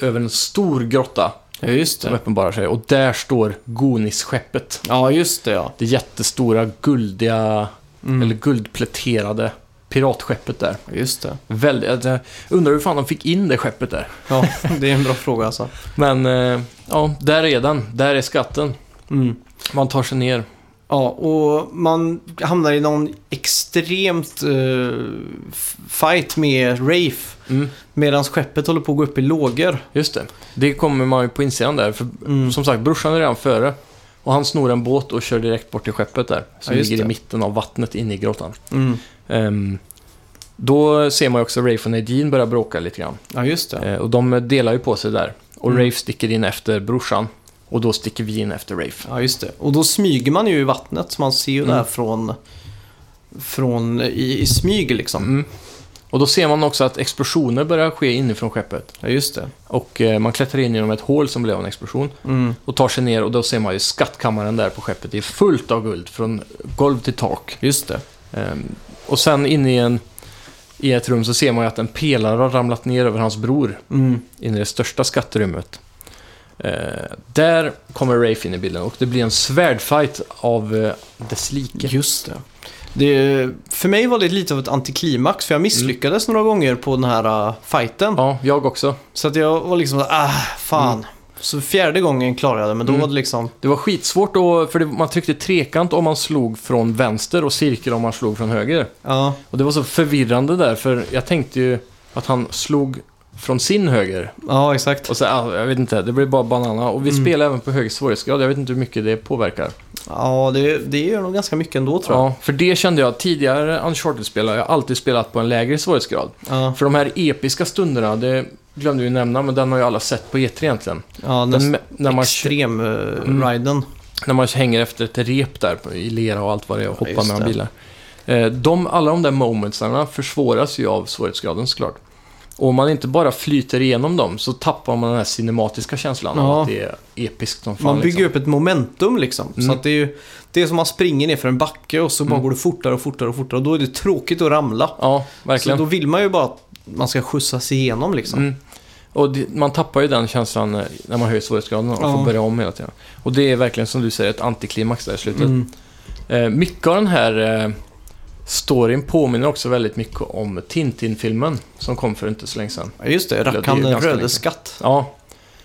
S1: över en stor grotta
S2: Ja, just
S1: som
S2: det.
S1: uppenbarar sig. Och där står Gonis-skeppet.
S2: Ja, just det ja.
S1: Det jättestora guldiga,
S2: Mm.
S1: eller guldpläterade piratskeppet där.
S2: Ja, Just det.
S1: Väldigt, jag undrar hur fan de fick in det skeppet där.
S2: Ja, det är en bra fråga alltså.
S1: Men eh, ja, där är den. Där är skatten.
S2: Mm.
S1: Man tar sig ner.
S2: Ja, och man hamnar i någon extremt eh, f- fight med Rafe.
S1: Mm,
S2: Medan skeppet håller på att gå upp i lågor.
S1: just det. Det kommer man ju på insidan där. För
S2: Mm.
S1: som sagt, brorsan är redan före. Och han snor en båt och kör direkt bort till skeppet där. Som
S2: Ja, just
S1: ligger i
S2: det.
S1: mitten av vattnet inne i grottan.
S2: Mm.
S1: Ehm, då ser man ju också Rafe och Nadine börja bråka lite grann.
S2: Ja, just det.
S1: Eh, och de delar ju på sig där. Och
S2: Mm.
S1: Rafe sticker in efter brorsan. Och då sticker vi in efter Rafe.
S2: Ja, just det. Och då smyger man ju i vattnet, så man ser ju
S1: Mm.
S2: där från, från i, i smyg liksom.
S1: Mm. Och då ser man också att explosioner börjar ske inifrån skeppet.
S2: Ja, just det.
S1: Och eh, man klättrar in genom ett hål som blev av en explosion.
S2: Mm.
S1: Och tar sig ner och då ser man ju skattkammaren där på skeppet. Det är fullt av guld från golv till tak.
S2: Just det.
S1: Ehm, och sen inne i, en, i ett rum så ser man ju att en pelare har ramlat ner över hans bror.
S2: Mm.
S1: In i det största skatterummet. Eh, där kommer Rafe in i bilden och det blir en svärdfight av eh, dess like.
S2: Just det. det. För mig var det lite av ett antiklimax, för jag misslyckades några gånger på den här äh, fighten.
S1: Ja, jag också.
S2: Så att jag var liksom så här, ah, fan. Så fjärde gången klarade jag det, men då
S1: Mm.
S2: var det liksom...
S1: Det var skitsvårt då, för det, man tryckte trekant om man slog från vänster och cirkel om man slog från höger.
S2: Ja,
S1: Och det var så förvirrande där, för jag tänkte ju att han slog från sin höger.
S2: ja exakt.
S1: Och så, ah, jag vet inte, det blev bara banana. Och vi
S2: Mm.
S1: spelar även på hög svårighetsgrad, jag vet inte hur mycket det påverkar.
S2: Ja, det, det gör nog ganska mycket ändå tror jag.
S1: Ja, för det kände jag tidigare Uncharted-spelare, jag har alltid spelat på en lägre svårighetsgrad.
S2: Ja,
S1: För de här episka stunderna, det glömde vi nämna, men den har ju alla sett på E3 egentligen.
S2: ja
S1: Den,
S2: den äh,
S1: när, man, Mm.
S2: extrem-riden.
S1: när man hänger efter ett rep där på- i lera och allt vad det är och hoppar
S2: just
S1: mellan
S2: det.
S1: bilar. Eh, De, alla de där momentsarna försvåras ju av svårighetsgraden såklart. Och om man inte bara flyter igenom dem så tappar man den här cinematiska känslan av
S2: Ja.
S1: att det är episkt som fan.
S2: Man bygger
S1: liksom.
S2: upp ett momentum liksom. Så
S1: Mm.
S2: att det är ju... Det är som man springer ner för en backe och så bara
S1: Mm.
S2: går det fortare och fortare och fortare. Och då är det tråkigt att ramla.
S1: Ja, verkligen.
S2: Så då vill man ju bara att man ska skjutsas igenom liksom.
S1: Mm. Och det, man tappar ju den känslan eh, när man höjer svårighetsgraden och
S2: Ja.
S1: får börja om hela tiden. Och det är verkligen som du säger ett antiklimax där i slutet.
S2: Mm.
S1: Eh, mycket av den här eh, storyn påminner också väldigt mycket om Tintin-filmen som kom för inte så länge sedan.
S2: Ja, Just det,
S1: är ju
S2: Rackhand den
S1: ganska
S2: röde
S1: länge.
S2: skatt.
S1: Ja,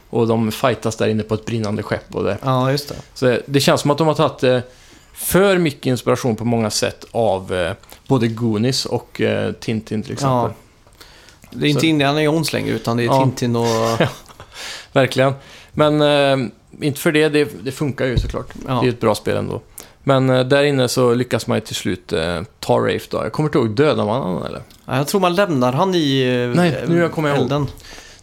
S1: och de fightas där inne på ett brinnande skepp och det.
S2: Ja, just det.
S1: Så det- det känns som att de har tagit eh, för mycket inspiration på många sätt av eh, både Goonies och eh, Tintin till exempel.
S2: Det är inte
S1: Så-
S2: Indiana Jones längre utan det är
S1: Ja.
S2: Tintin och...
S1: Verkligen. Men eh, inte för det, det, det funkar ju såklart.
S2: Ja.
S1: Det är ett bra spel ändå. Men eh, där inne så lyckas man ju till slut eh, ta Rafe då. Jag kommer inte ihåg, dödar man honom eller?
S2: Ja, jag tror man lämnar han i eh,
S1: Nej, nu kommer jag ihåg.
S2: elden.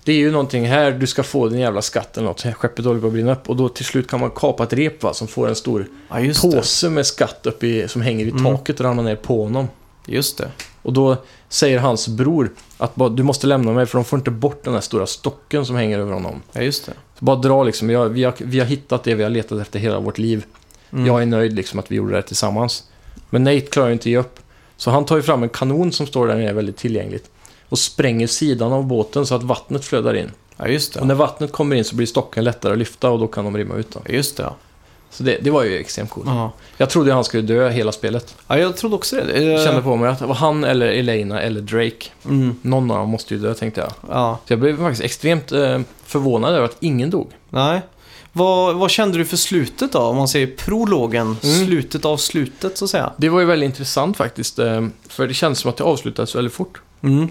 S1: Det är ju någonting här, du ska få den jävla skatten eller något. Skeppet håller på att brinna upp och då till slut kan man kapa ett rep va, som får en stor
S2: Ja, just det.
S1: påse med skatt upp i, som hänger i
S2: Mm.
S1: taket och ramlar ner på honom.
S2: Just det.
S1: Och då säger hans bror att bara, du måste lämna mig för de får inte bort den här stora stocken som hänger över honom.
S2: Ja, just det.
S1: Så bara dra liksom, jag, vi, har, vi har hittat det vi har letat efter hela vårt liv.
S2: Mm.
S1: Jag är nöjd liksom att vi gjorde det här tillsammans. Men Nate klarar ju inte att ge upp. Så han tar ju fram en kanon som står där nere väldigt tillgängligt. Och spränger sidan av båten så att vattnet flödar in.
S2: Ja, just
S1: Och
S2: det.
S1: när vattnet kommer in så blir stocken lättare att lyfta och då kan de rimma ut dem.
S2: Ja, just det. ja.
S1: Så det, det var ju extremt coolt.
S2: Ja.
S1: Jag trodde ju han skulle dö hela spelet.
S2: ja, jag trodde också det. Eh,
S1: Jag kände på mig att det var han eller Elena eller Drake.
S2: Mm,
S1: Någon av dem måste ju dö tänkte jag.
S2: ja.
S1: Så jag blev faktiskt extremt eh, förvånad över att ingen dog.
S2: Nej. Vad, vad kände du för slutet då? Om man säger prologen,
S1: Mm.
S2: slutet av slutet så att säga.
S1: Det var ju väldigt intressant faktiskt. eh, För det kändes som att det avslutades väldigt fort.
S2: Mm.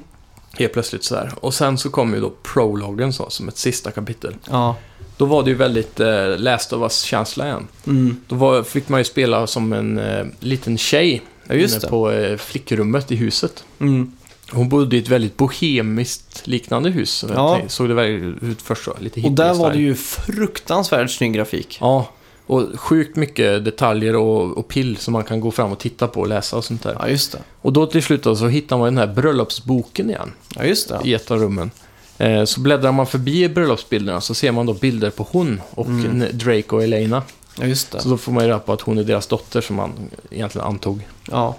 S1: Helt plötsligt sådär. Och sen så kom ju då prologen så, som ett sista kapitel.
S2: Ja.
S1: Då var det ju väldigt eh, Last of Us-känsla igen.
S2: Mm.
S1: Då var, fick man ju spela som en eh, liten tjej
S2: Ja, just
S1: inne
S2: det.
S1: på eh, flickrummet i huset.
S2: Mm.
S1: Hon bodde i ett väldigt bohemiskt liknande hus.
S2: Ja.
S1: Ja. Såg det väl ut först så, lite
S2: Och där
S1: hippie-style.
S2: var det ju fruktansvärt snygg grafik.
S1: Ja, och sjukt mycket detaljer och, och pill som man kan gå fram och titta på och läsa och sånt där.
S2: Ja, just det.
S1: Och då till slut då, så hittar man den här bröllopsboken igen
S2: Ja, just det.
S1: i ett av rummen. Eh, Så bläddrar man förbi bröllopsbilderna så ser man då bilder på hon och
S2: Mm.
S1: n- Drake och Elena.
S2: Ja, just det.
S1: Så då får man ju reda på att hon är deras dotter som man egentligen antog.
S2: Ja.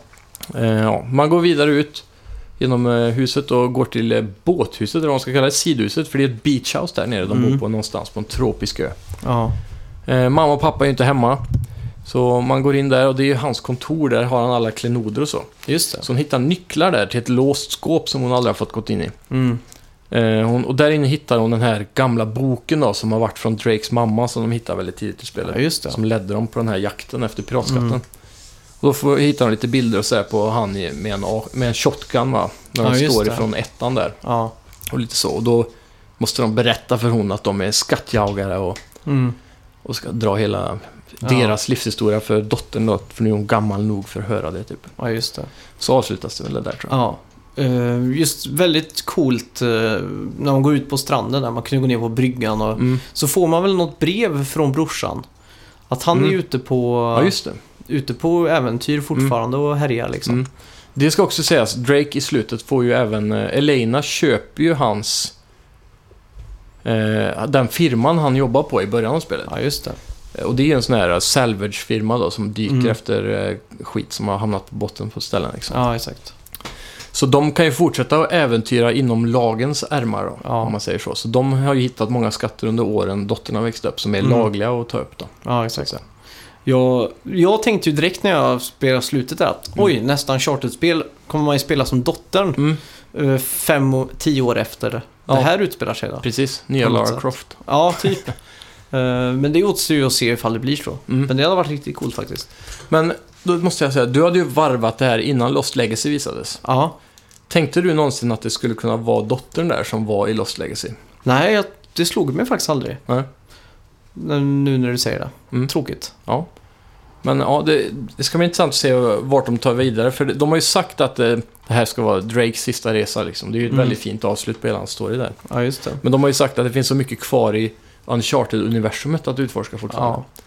S1: Eh, Ja, man går vidare ut genom eh, huset och går till eh, båthuset, eller vad man ska kalla det, sidhuset. För det är ett beachhouse där nere de
S2: Mm.
S1: bor på någonstans på en tropisk ö.
S2: Ja.
S1: Eh, Mamma och pappa är ju inte hemma. Så man går in där och det är ju hans kontor, där har han alla klenoder och så.
S2: Just det.
S1: Så hon hittar nycklar där till ett låst skåp som hon aldrig har fått gått in i.
S2: Mm.
S1: Eh, Hon, och där inne hittar hon den här gamla boken då, som har varit från Drakes mamma som de hittar väldigt tidigt i spelet.
S2: Ja, just det.
S1: Som ledde dem på den här jakten efter piratskatten.
S2: Mm.
S1: Och då får, hittar de lite bilder och så här på han i- med en, A- med en shotgun va? När de
S2: Ja, just
S1: står
S2: det.
S1: ifrån ettan där.
S2: Ja.
S1: Och lite så. Och då måste de berätta för hon att de är skattjagare och,
S2: Mm.
S1: och ska dra hela
S2: Ja.
S1: deras livshistoria för dottern då. För nu är hon gammal nog för att höra det typ.
S2: Ja, just det.
S1: Så avslutas det väl där tror jag.
S2: Ja. Eh, Just väldigt coolt eh, när man går ut på stranden där. Man kan ju gå ner på bryggan och
S1: Mm.
S2: så får man väl något brev från brorsan. Att han
S1: Mm.
S2: är ute på,
S1: Ja, just det.
S2: ute på äventyr fortfarande och härjar liksom.
S1: Mm. Det ska också sägas, Drake i slutet får ju även... eh, Elena köper ju hans... Eh, den firman han jobbar på i början av spelet.
S2: Ja, just det.
S1: Eh, Och det är ju en sån här salvage-firma då som dyker
S2: Mm.
S1: efter eh, skit som har hamnat på botten på ställen. Liksom.
S2: Ja, exakt.
S1: Så de kan ju fortsätta att äventyra inom lagens ärmar då,
S2: Ja.
S1: om man säger så. Så de har ju hittat många skatter under åren dottern har växt upp som är
S2: Mm.
S1: lagliga att ta upp då.
S2: Ja, exakt. Jag, jag tänkte ju direkt när jag spelade slutet där att oj, nästa Uncharted-spel kommer man ju spela som dottern
S1: Mm,
S2: eh, fem, och- tio år efter
S1: Ja.
S2: det här utspelar sig. Då.
S1: precis, nya
S2: På något
S1: Lara
S2: sätt.
S1: Croft.
S2: Ja, typ. Eh, Men det återstår ju att se ifall det blir så.
S1: Mm.
S2: Men det hade varit riktigt coolt faktiskt.
S1: Men då måste jag säga, du hade ju varvat det här innan Lost Legacy visades.
S2: Ja.
S1: Tänkte du någonsin att det skulle kunna vara dottern där som var i Lost Legacy?
S2: Nej, jag, det slog mig faktiskt aldrig.
S1: Nej.
S2: Men Nu när du säger det.
S1: Mm.
S2: Tråkigt.
S1: Ja. Men ja, det, det ska bli intressant att se vart de tar vidare. För de har ju sagt att eh, det här ska vara Drakes sista resa. Liksom. Det är ju ett
S2: Mm.
S1: väldigt fint avslut på hela hans story där.
S2: Ja, just det.
S1: Men de har ju sagt att det finns så mycket kvar i Uncharted-universumet att utforska fortfarande.
S2: Ja.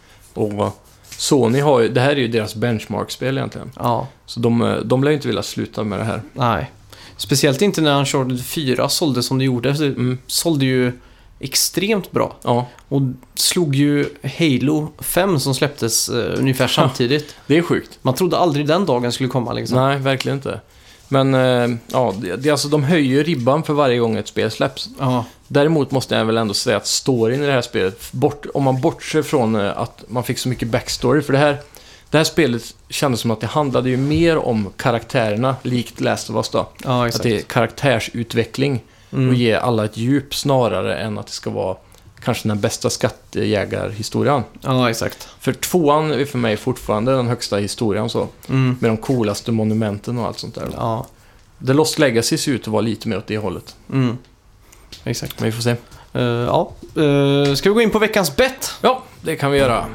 S1: Och vad- Sony har ju, det här är ju deras benchmark-spel egentligen.
S2: ja.
S1: Så de, eh, de lär ju inte vilja sluta med det här.
S2: Nej. Speciellt inte när Uncharted 4 sålde som det gjorde. Det
S1: Mm.
S2: sålde ju extremt bra.
S1: Ja,
S2: Och slog ju Halo 5 som släpptes eh, ungefär samtidigt.
S1: det är sjukt.
S2: Man trodde aldrig den dagen skulle komma liksom.
S1: Nej, verkligen inte. Men eh, ja, det, det, är alltså, de höjer ju ribban för varje gång ett spel släpps.
S2: Ja.
S1: Däremot måste jag väl ändå säga att storyn i det här spelet, bort, om man bortser från eh, att man fick så mycket backstory, för det här, det här spelet kändes som att det handlade ju mer om karaktärerna, likt Last of Us då.
S2: ja,
S1: Att
S2: exakt.
S1: det är karaktärsutveckling och
S2: mm.
S1: ge alla ett djup snarare än att det ska vara kanske den bästa skattjägarhistorien.
S2: Ja, exakt.
S1: För tvåan är för mig fortfarande den högsta historien så,
S2: Mm.
S1: med de coolaste monumenten och allt sånt där.
S2: Ja.
S1: The Lost Legacy ser ut att vara lite mer åt det hållet,
S2: Mm. Exakt.
S1: men vi får se.
S2: Eh, ja. Eh, ska vi gå in på veckans bett?
S1: Ja, det kan vi göra.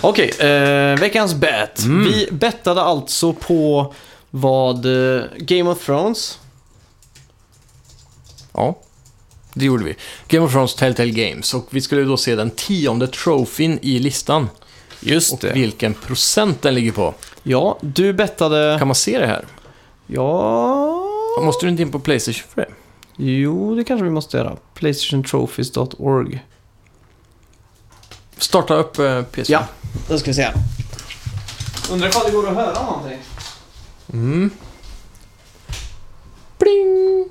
S2: Okej, eh, veckans bet.
S1: Mm.
S2: Vi bettade alltså på vad eh, Game of Thrones.
S1: Ja, det gjorde vi. Game of Thrones Telltale Games och vi skulle då se den tionde trofin i listan
S2: Just
S1: och vilken procent den ligger på.
S2: Ja, du bettade...
S1: Kan man se det här?
S2: Ja...
S1: Måste du inte in på Playstation för det?
S2: Jo, det kanske vi måste göra. PlayStationTrophies.org.
S1: Starta upp eh, PS4.
S2: Ja, då ska vi se. Undrar ifall det går att höra någonting.
S1: Mm. Pling!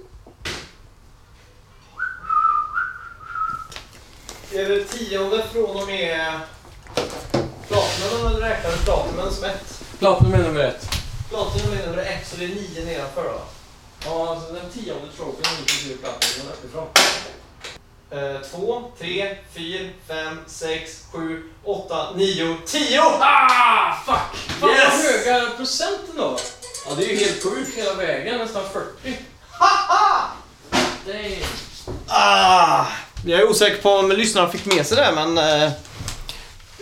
S2: Är det tionde från och med platinumen eller räknar du platinumen som ett?
S1: Platinum är nummer ett.
S2: Platinum är nummer ett, så det är nio nedanför då.
S1: Ja, alltså den tionde trofin inklusive Platinum uppifrån.
S2: Eh, två, tre, fyra, fem, sex, sju, åtta, nio, tio!
S1: Ah, fuck! Fan
S2: Yes!
S1: vad höga procenten då. Ja, det är ju helt sjukt hela vägen, nästan 40. Haha!
S2: Ah! Jag är osäker på om lyssnarna fick med sig det, men... Eh,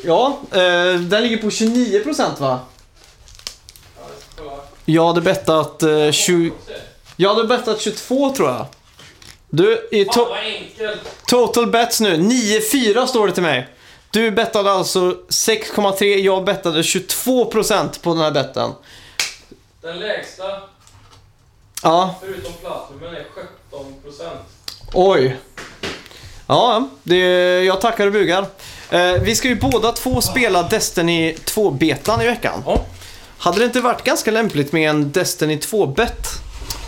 S2: ja, eh, den ligger på 29% va? Jag hade bettat eh, 20... Jag hade bettat 22 tror jag. Du, i to-
S1: enkelt!
S2: total bets nu. 9-4 står det till mig. Du bettade alltså 6,3, jag bettade 22% på den här betten.
S1: Den lägsta,
S2: Ja,
S1: förutom platinumen, är 17 procent.
S2: oj. Ja, det, jag tackar och bugar. Eh, vi ska ju båda två spela Destiny 2-betan i veckan.
S1: Ja.
S2: Hade det inte varit ganska lämpligt med en Destiny 2-bet?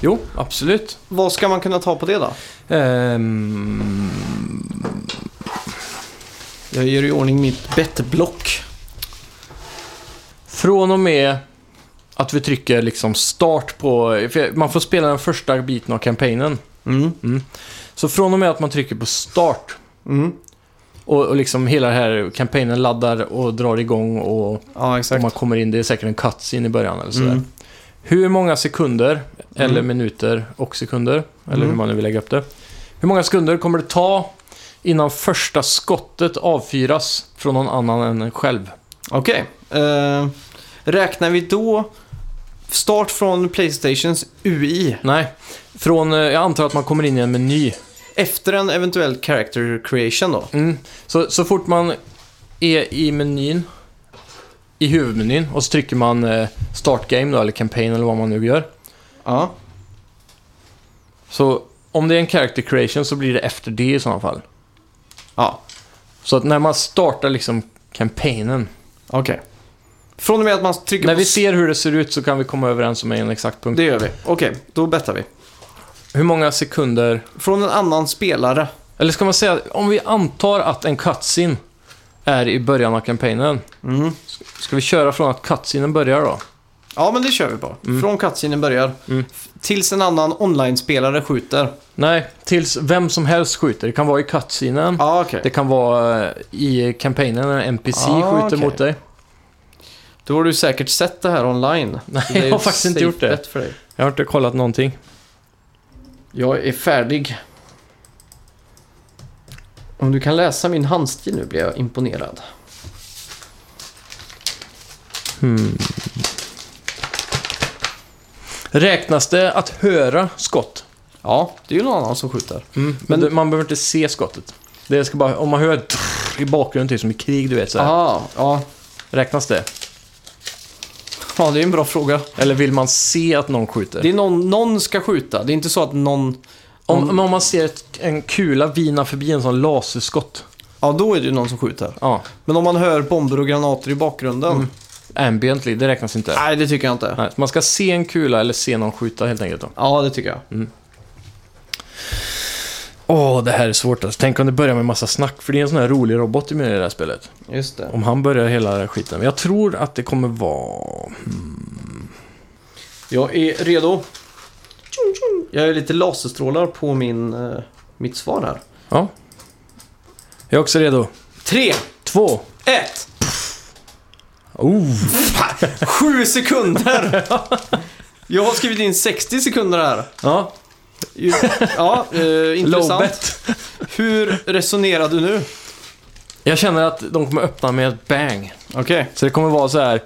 S1: Jo, absolut.
S2: Vad ska man kunna ta på det då?
S1: Ehm,
S2: Jag gör i ordning mitt bettblock.
S1: från och med att vi trycker liksom start på... för Man får spela den första biten av kampanjen.
S2: Mm.
S1: Så från och med att man trycker på start
S2: Mm.
S1: och, och liksom hela den här kampanjen laddar och drar igång och,
S2: Ja,
S1: och
S2: exakt.
S1: man kommer in, det är säkert en cutscene i början eller sådär.
S2: Mm.
S1: Hur många sekunder, eller
S2: Mm.
S1: minuter och sekunder, eller
S2: Mm.
S1: hur man nu vill lägga upp det. Hur många sekunder kommer det ta innan första skottet avfyras från någon annan än en själv?
S2: Okej. Eh, räknar vi då start från Playstations UI
S1: Nej, från, eh, jag antar att man kommer in i en meny.
S2: efter en eventuell character creation då?
S1: Mm. Så, så fort man är i menyn, i huvudmenyn, och så trycker man eh, start game då, eller campaign eller vad man nu gör.
S2: Ja.
S1: Så om det är en character creation så blir det efter det i sådana fall.
S2: Ja.
S1: Så att när man startar liksom kampanjen,
S2: Okej. Från och med att man trycker
S1: när
S2: på...
S1: vi ser hur det ser ut så kan vi komma överens om en exakt punkt.
S2: Det gör vi. Okej, då bettar vi.
S1: Hur många sekunder
S2: Från en annan spelare.
S1: Eller ska man säga, om vi antar att en cutscene är i början av kampanjen.
S2: Mm.
S1: Ska vi köra från att cutscenen börjar då?
S2: Ja, men det kör vi på. Från cutscenen börjar.
S1: Mm.
S2: F- Tills en annan online-spelare skjuter.
S1: Nej, tills vem som helst skjuter. Det kan vara i cutscenen.
S2: Ja, okej.
S1: Det kan vara eh, i kampanjen när en NPC
S2: Ah,
S1: skjuter
S2: okej.
S1: mot dig.
S2: Då har du säkert sett det här online.
S1: Nej,
S2: Så det är
S1: jag har faktiskt inte
S2: safe
S1: gjort det.
S2: bet För dig.
S1: Jag har inte kollat någonting.
S2: Jag är färdig. Om du kan läsa min handstil nu blir jag imponerad.
S1: Räknas det att höra skott?
S2: Ja, det är ju någon annan som skjuter.
S1: Men det, man behöver inte se skottet. Det ska bara, om man hör i bakgrunden, typ som i krig, du vet så här.
S2: Aha, ja.
S1: Räknas det?
S2: ja, det är en bra fråga.
S1: Eller vill man se att någon skjuter?
S2: Det är någon, någon ska skjuta. Det är inte så att någon...
S1: Om, men om man ser ett, en kula vina förbi en sån laserskott.
S2: Ja, då är det ju någon som skjuter.
S1: Ja.
S2: Men om man hör bomber och granater i bakgrunden?
S1: Mm. Ambiently, det räknas inte.
S2: Nej, det tycker jag inte.
S1: Nej, så man ska se en kula eller se någon skjuta helt enkelt. då.
S2: Ja, det tycker jag.
S1: Åh, det här är svårt alltså. Tänk om det börjar med massa snack, för det är en sån här rolig robot i med i det här spelet.
S2: Just det.
S1: Om han börjar hela den här skiten. Men jag tror att det kommer vara...
S2: Jag är redo. Tjung, tjung. Jag är lite laserstrålar på min, eh, mitt svar här.
S1: Ja. Jag är också redo.
S2: Tre,
S1: Två.
S2: ett,
S1: Oh.
S2: sju sekunder! Jag har skrivit in 60 sekunder här.
S1: Ja,
S2: Ju- Ja, eh,
S1: low
S2: intressant.
S1: bet.
S2: Hur resonerar du nu?
S1: Jag känner att de kommer öppna med ett bang.
S2: Okej.
S1: Så det kommer vara så här...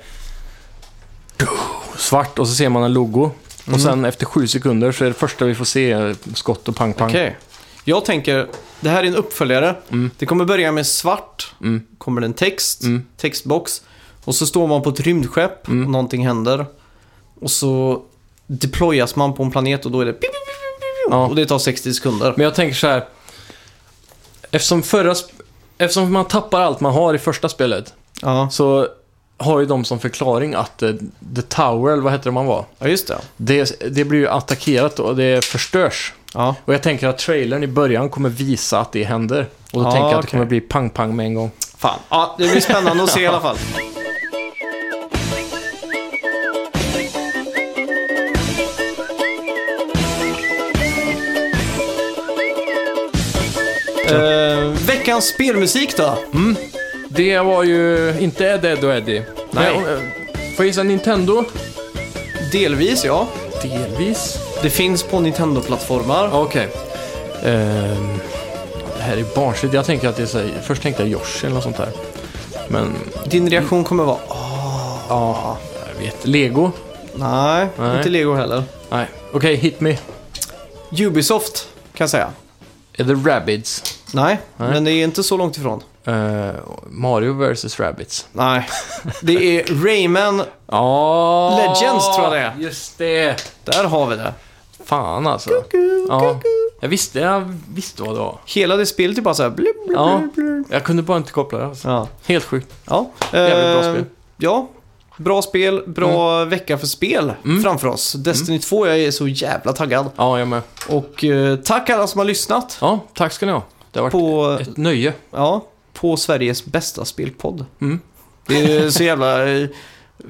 S1: Svart och så ser man en logo. Och sen efter sju sekunder så är det första vi får se skott och pang-pang.
S2: Okej. Jag tänker, det här är en uppföljare.
S1: Mm.
S2: Det kommer börja med svart,
S1: Mm.
S2: kommer det en text,
S1: Mm.
S2: textbox. Och så står man på ett rymdskepp
S1: Mm.
S2: och någonting händer. Och så deployas man på en planet och då är det pip, pip, pip, pip,
S1: Ja.
S2: och det tar 60 sekunder.
S1: Men jag tänker så här. Eftersom, förra, sp- eftersom man tappar allt man har i första spelet
S2: Ja.
S1: så har ju de som förklaring att eh, The Tower, eller vad hette det man var,
S2: ja, just det.
S1: det, det blir ju attackerat och det förstörs.
S2: Ja.
S1: Och jag tänker att trailern i början kommer visa att det händer. Och då
S2: Ja,
S1: tänker jag att det
S2: Ah, okej.
S1: kommer bli pang-pang med en gång.
S2: Fan. Ja, det blir spännande att se i alla fall. Eh, veckans spelmusik då?
S1: Det var ju inte Ed, Ed och Eddie.
S2: Nej.
S1: Men, eh, Får jag gissa Nintendo?
S2: Delvis ja.
S1: Delvis. Ah,
S2: Det finns på Nintendo-plattformar.
S1: Okej. Ehm, det här är barnsligt. Jag tänker att det är så här, Först tänkte jag Yoshi eller något sånt där. Men
S2: Din reaktion kommer vara "Ah,
S1: Ja, jag vet. Lego?
S2: nej,
S1: Nej.
S2: inte Lego heller.
S1: Nej. Okej, hit me.
S2: Ubisoft kan jag säga.
S1: Är det Rabbids?
S2: Nej,
S1: Nej.
S2: men det är inte så långt ifrån.
S1: Eh, Mario vs Rabbids.
S2: Nej, det är Rayman.
S1: Ja.
S2: Legends tror jag det är.
S1: Just det.
S2: Där har vi det.
S1: Fan alltså. Ja. Jag visste, jag visste vad det var.
S2: Hela det spelet är bara så här... Blub, blub,
S1: Ja.
S2: blub, blub.
S1: Jag kunde bara inte koppla det. Alltså.
S2: Ja.
S1: Helt sjukt.
S2: ja.
S1: Jävligt bra
S2: Eh,
S1: spel. Mm.
S2: Ja, bra spel, bra vecka för spel framför oss. Destiny 2, jag är så jävla taggad.
S1: Ja, jag med.
S2: Och eh, tack alla som har lyssnat
S1: Ja, tack ska ni ha. Det har varit
S2: på,
S1: ett nöje.
S2: ja, på Sveriges bästa spelpodd.
S1: Mm.
S2: Det är så jävla eh,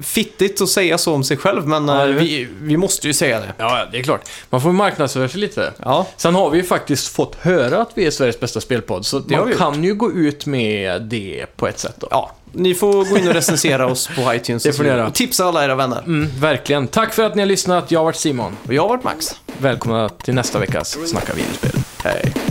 S2: fittigt att säga så om sig själv, men
S1: Ja,
S2: eh,
S1: det är-
S2: vi, vi måste ju säga det.
S1: Ja, ja, det är klart. Man får marknadsföra sig lite.
S2: Ja,
S1: Sen har vi ju faktiskt fått höra att vi är Sveriges bästa spelpodd, så
S2: har
S1: man
S2: vi
S1: kan ju gå ut med det på ett sätt då.
S2: ja. Ni får gå in och recensera oss på iTunes.
S1: Det får ni göra.
S2: Och tipsa alla era vänner.
S1: Mm, verkligen. Tack för att ni har lyssnat. Jag har varit Simon.
S2: Och jag har varit Max.
S1: Välkomna till nästa veckas Snacka videospel.
S2: Hej.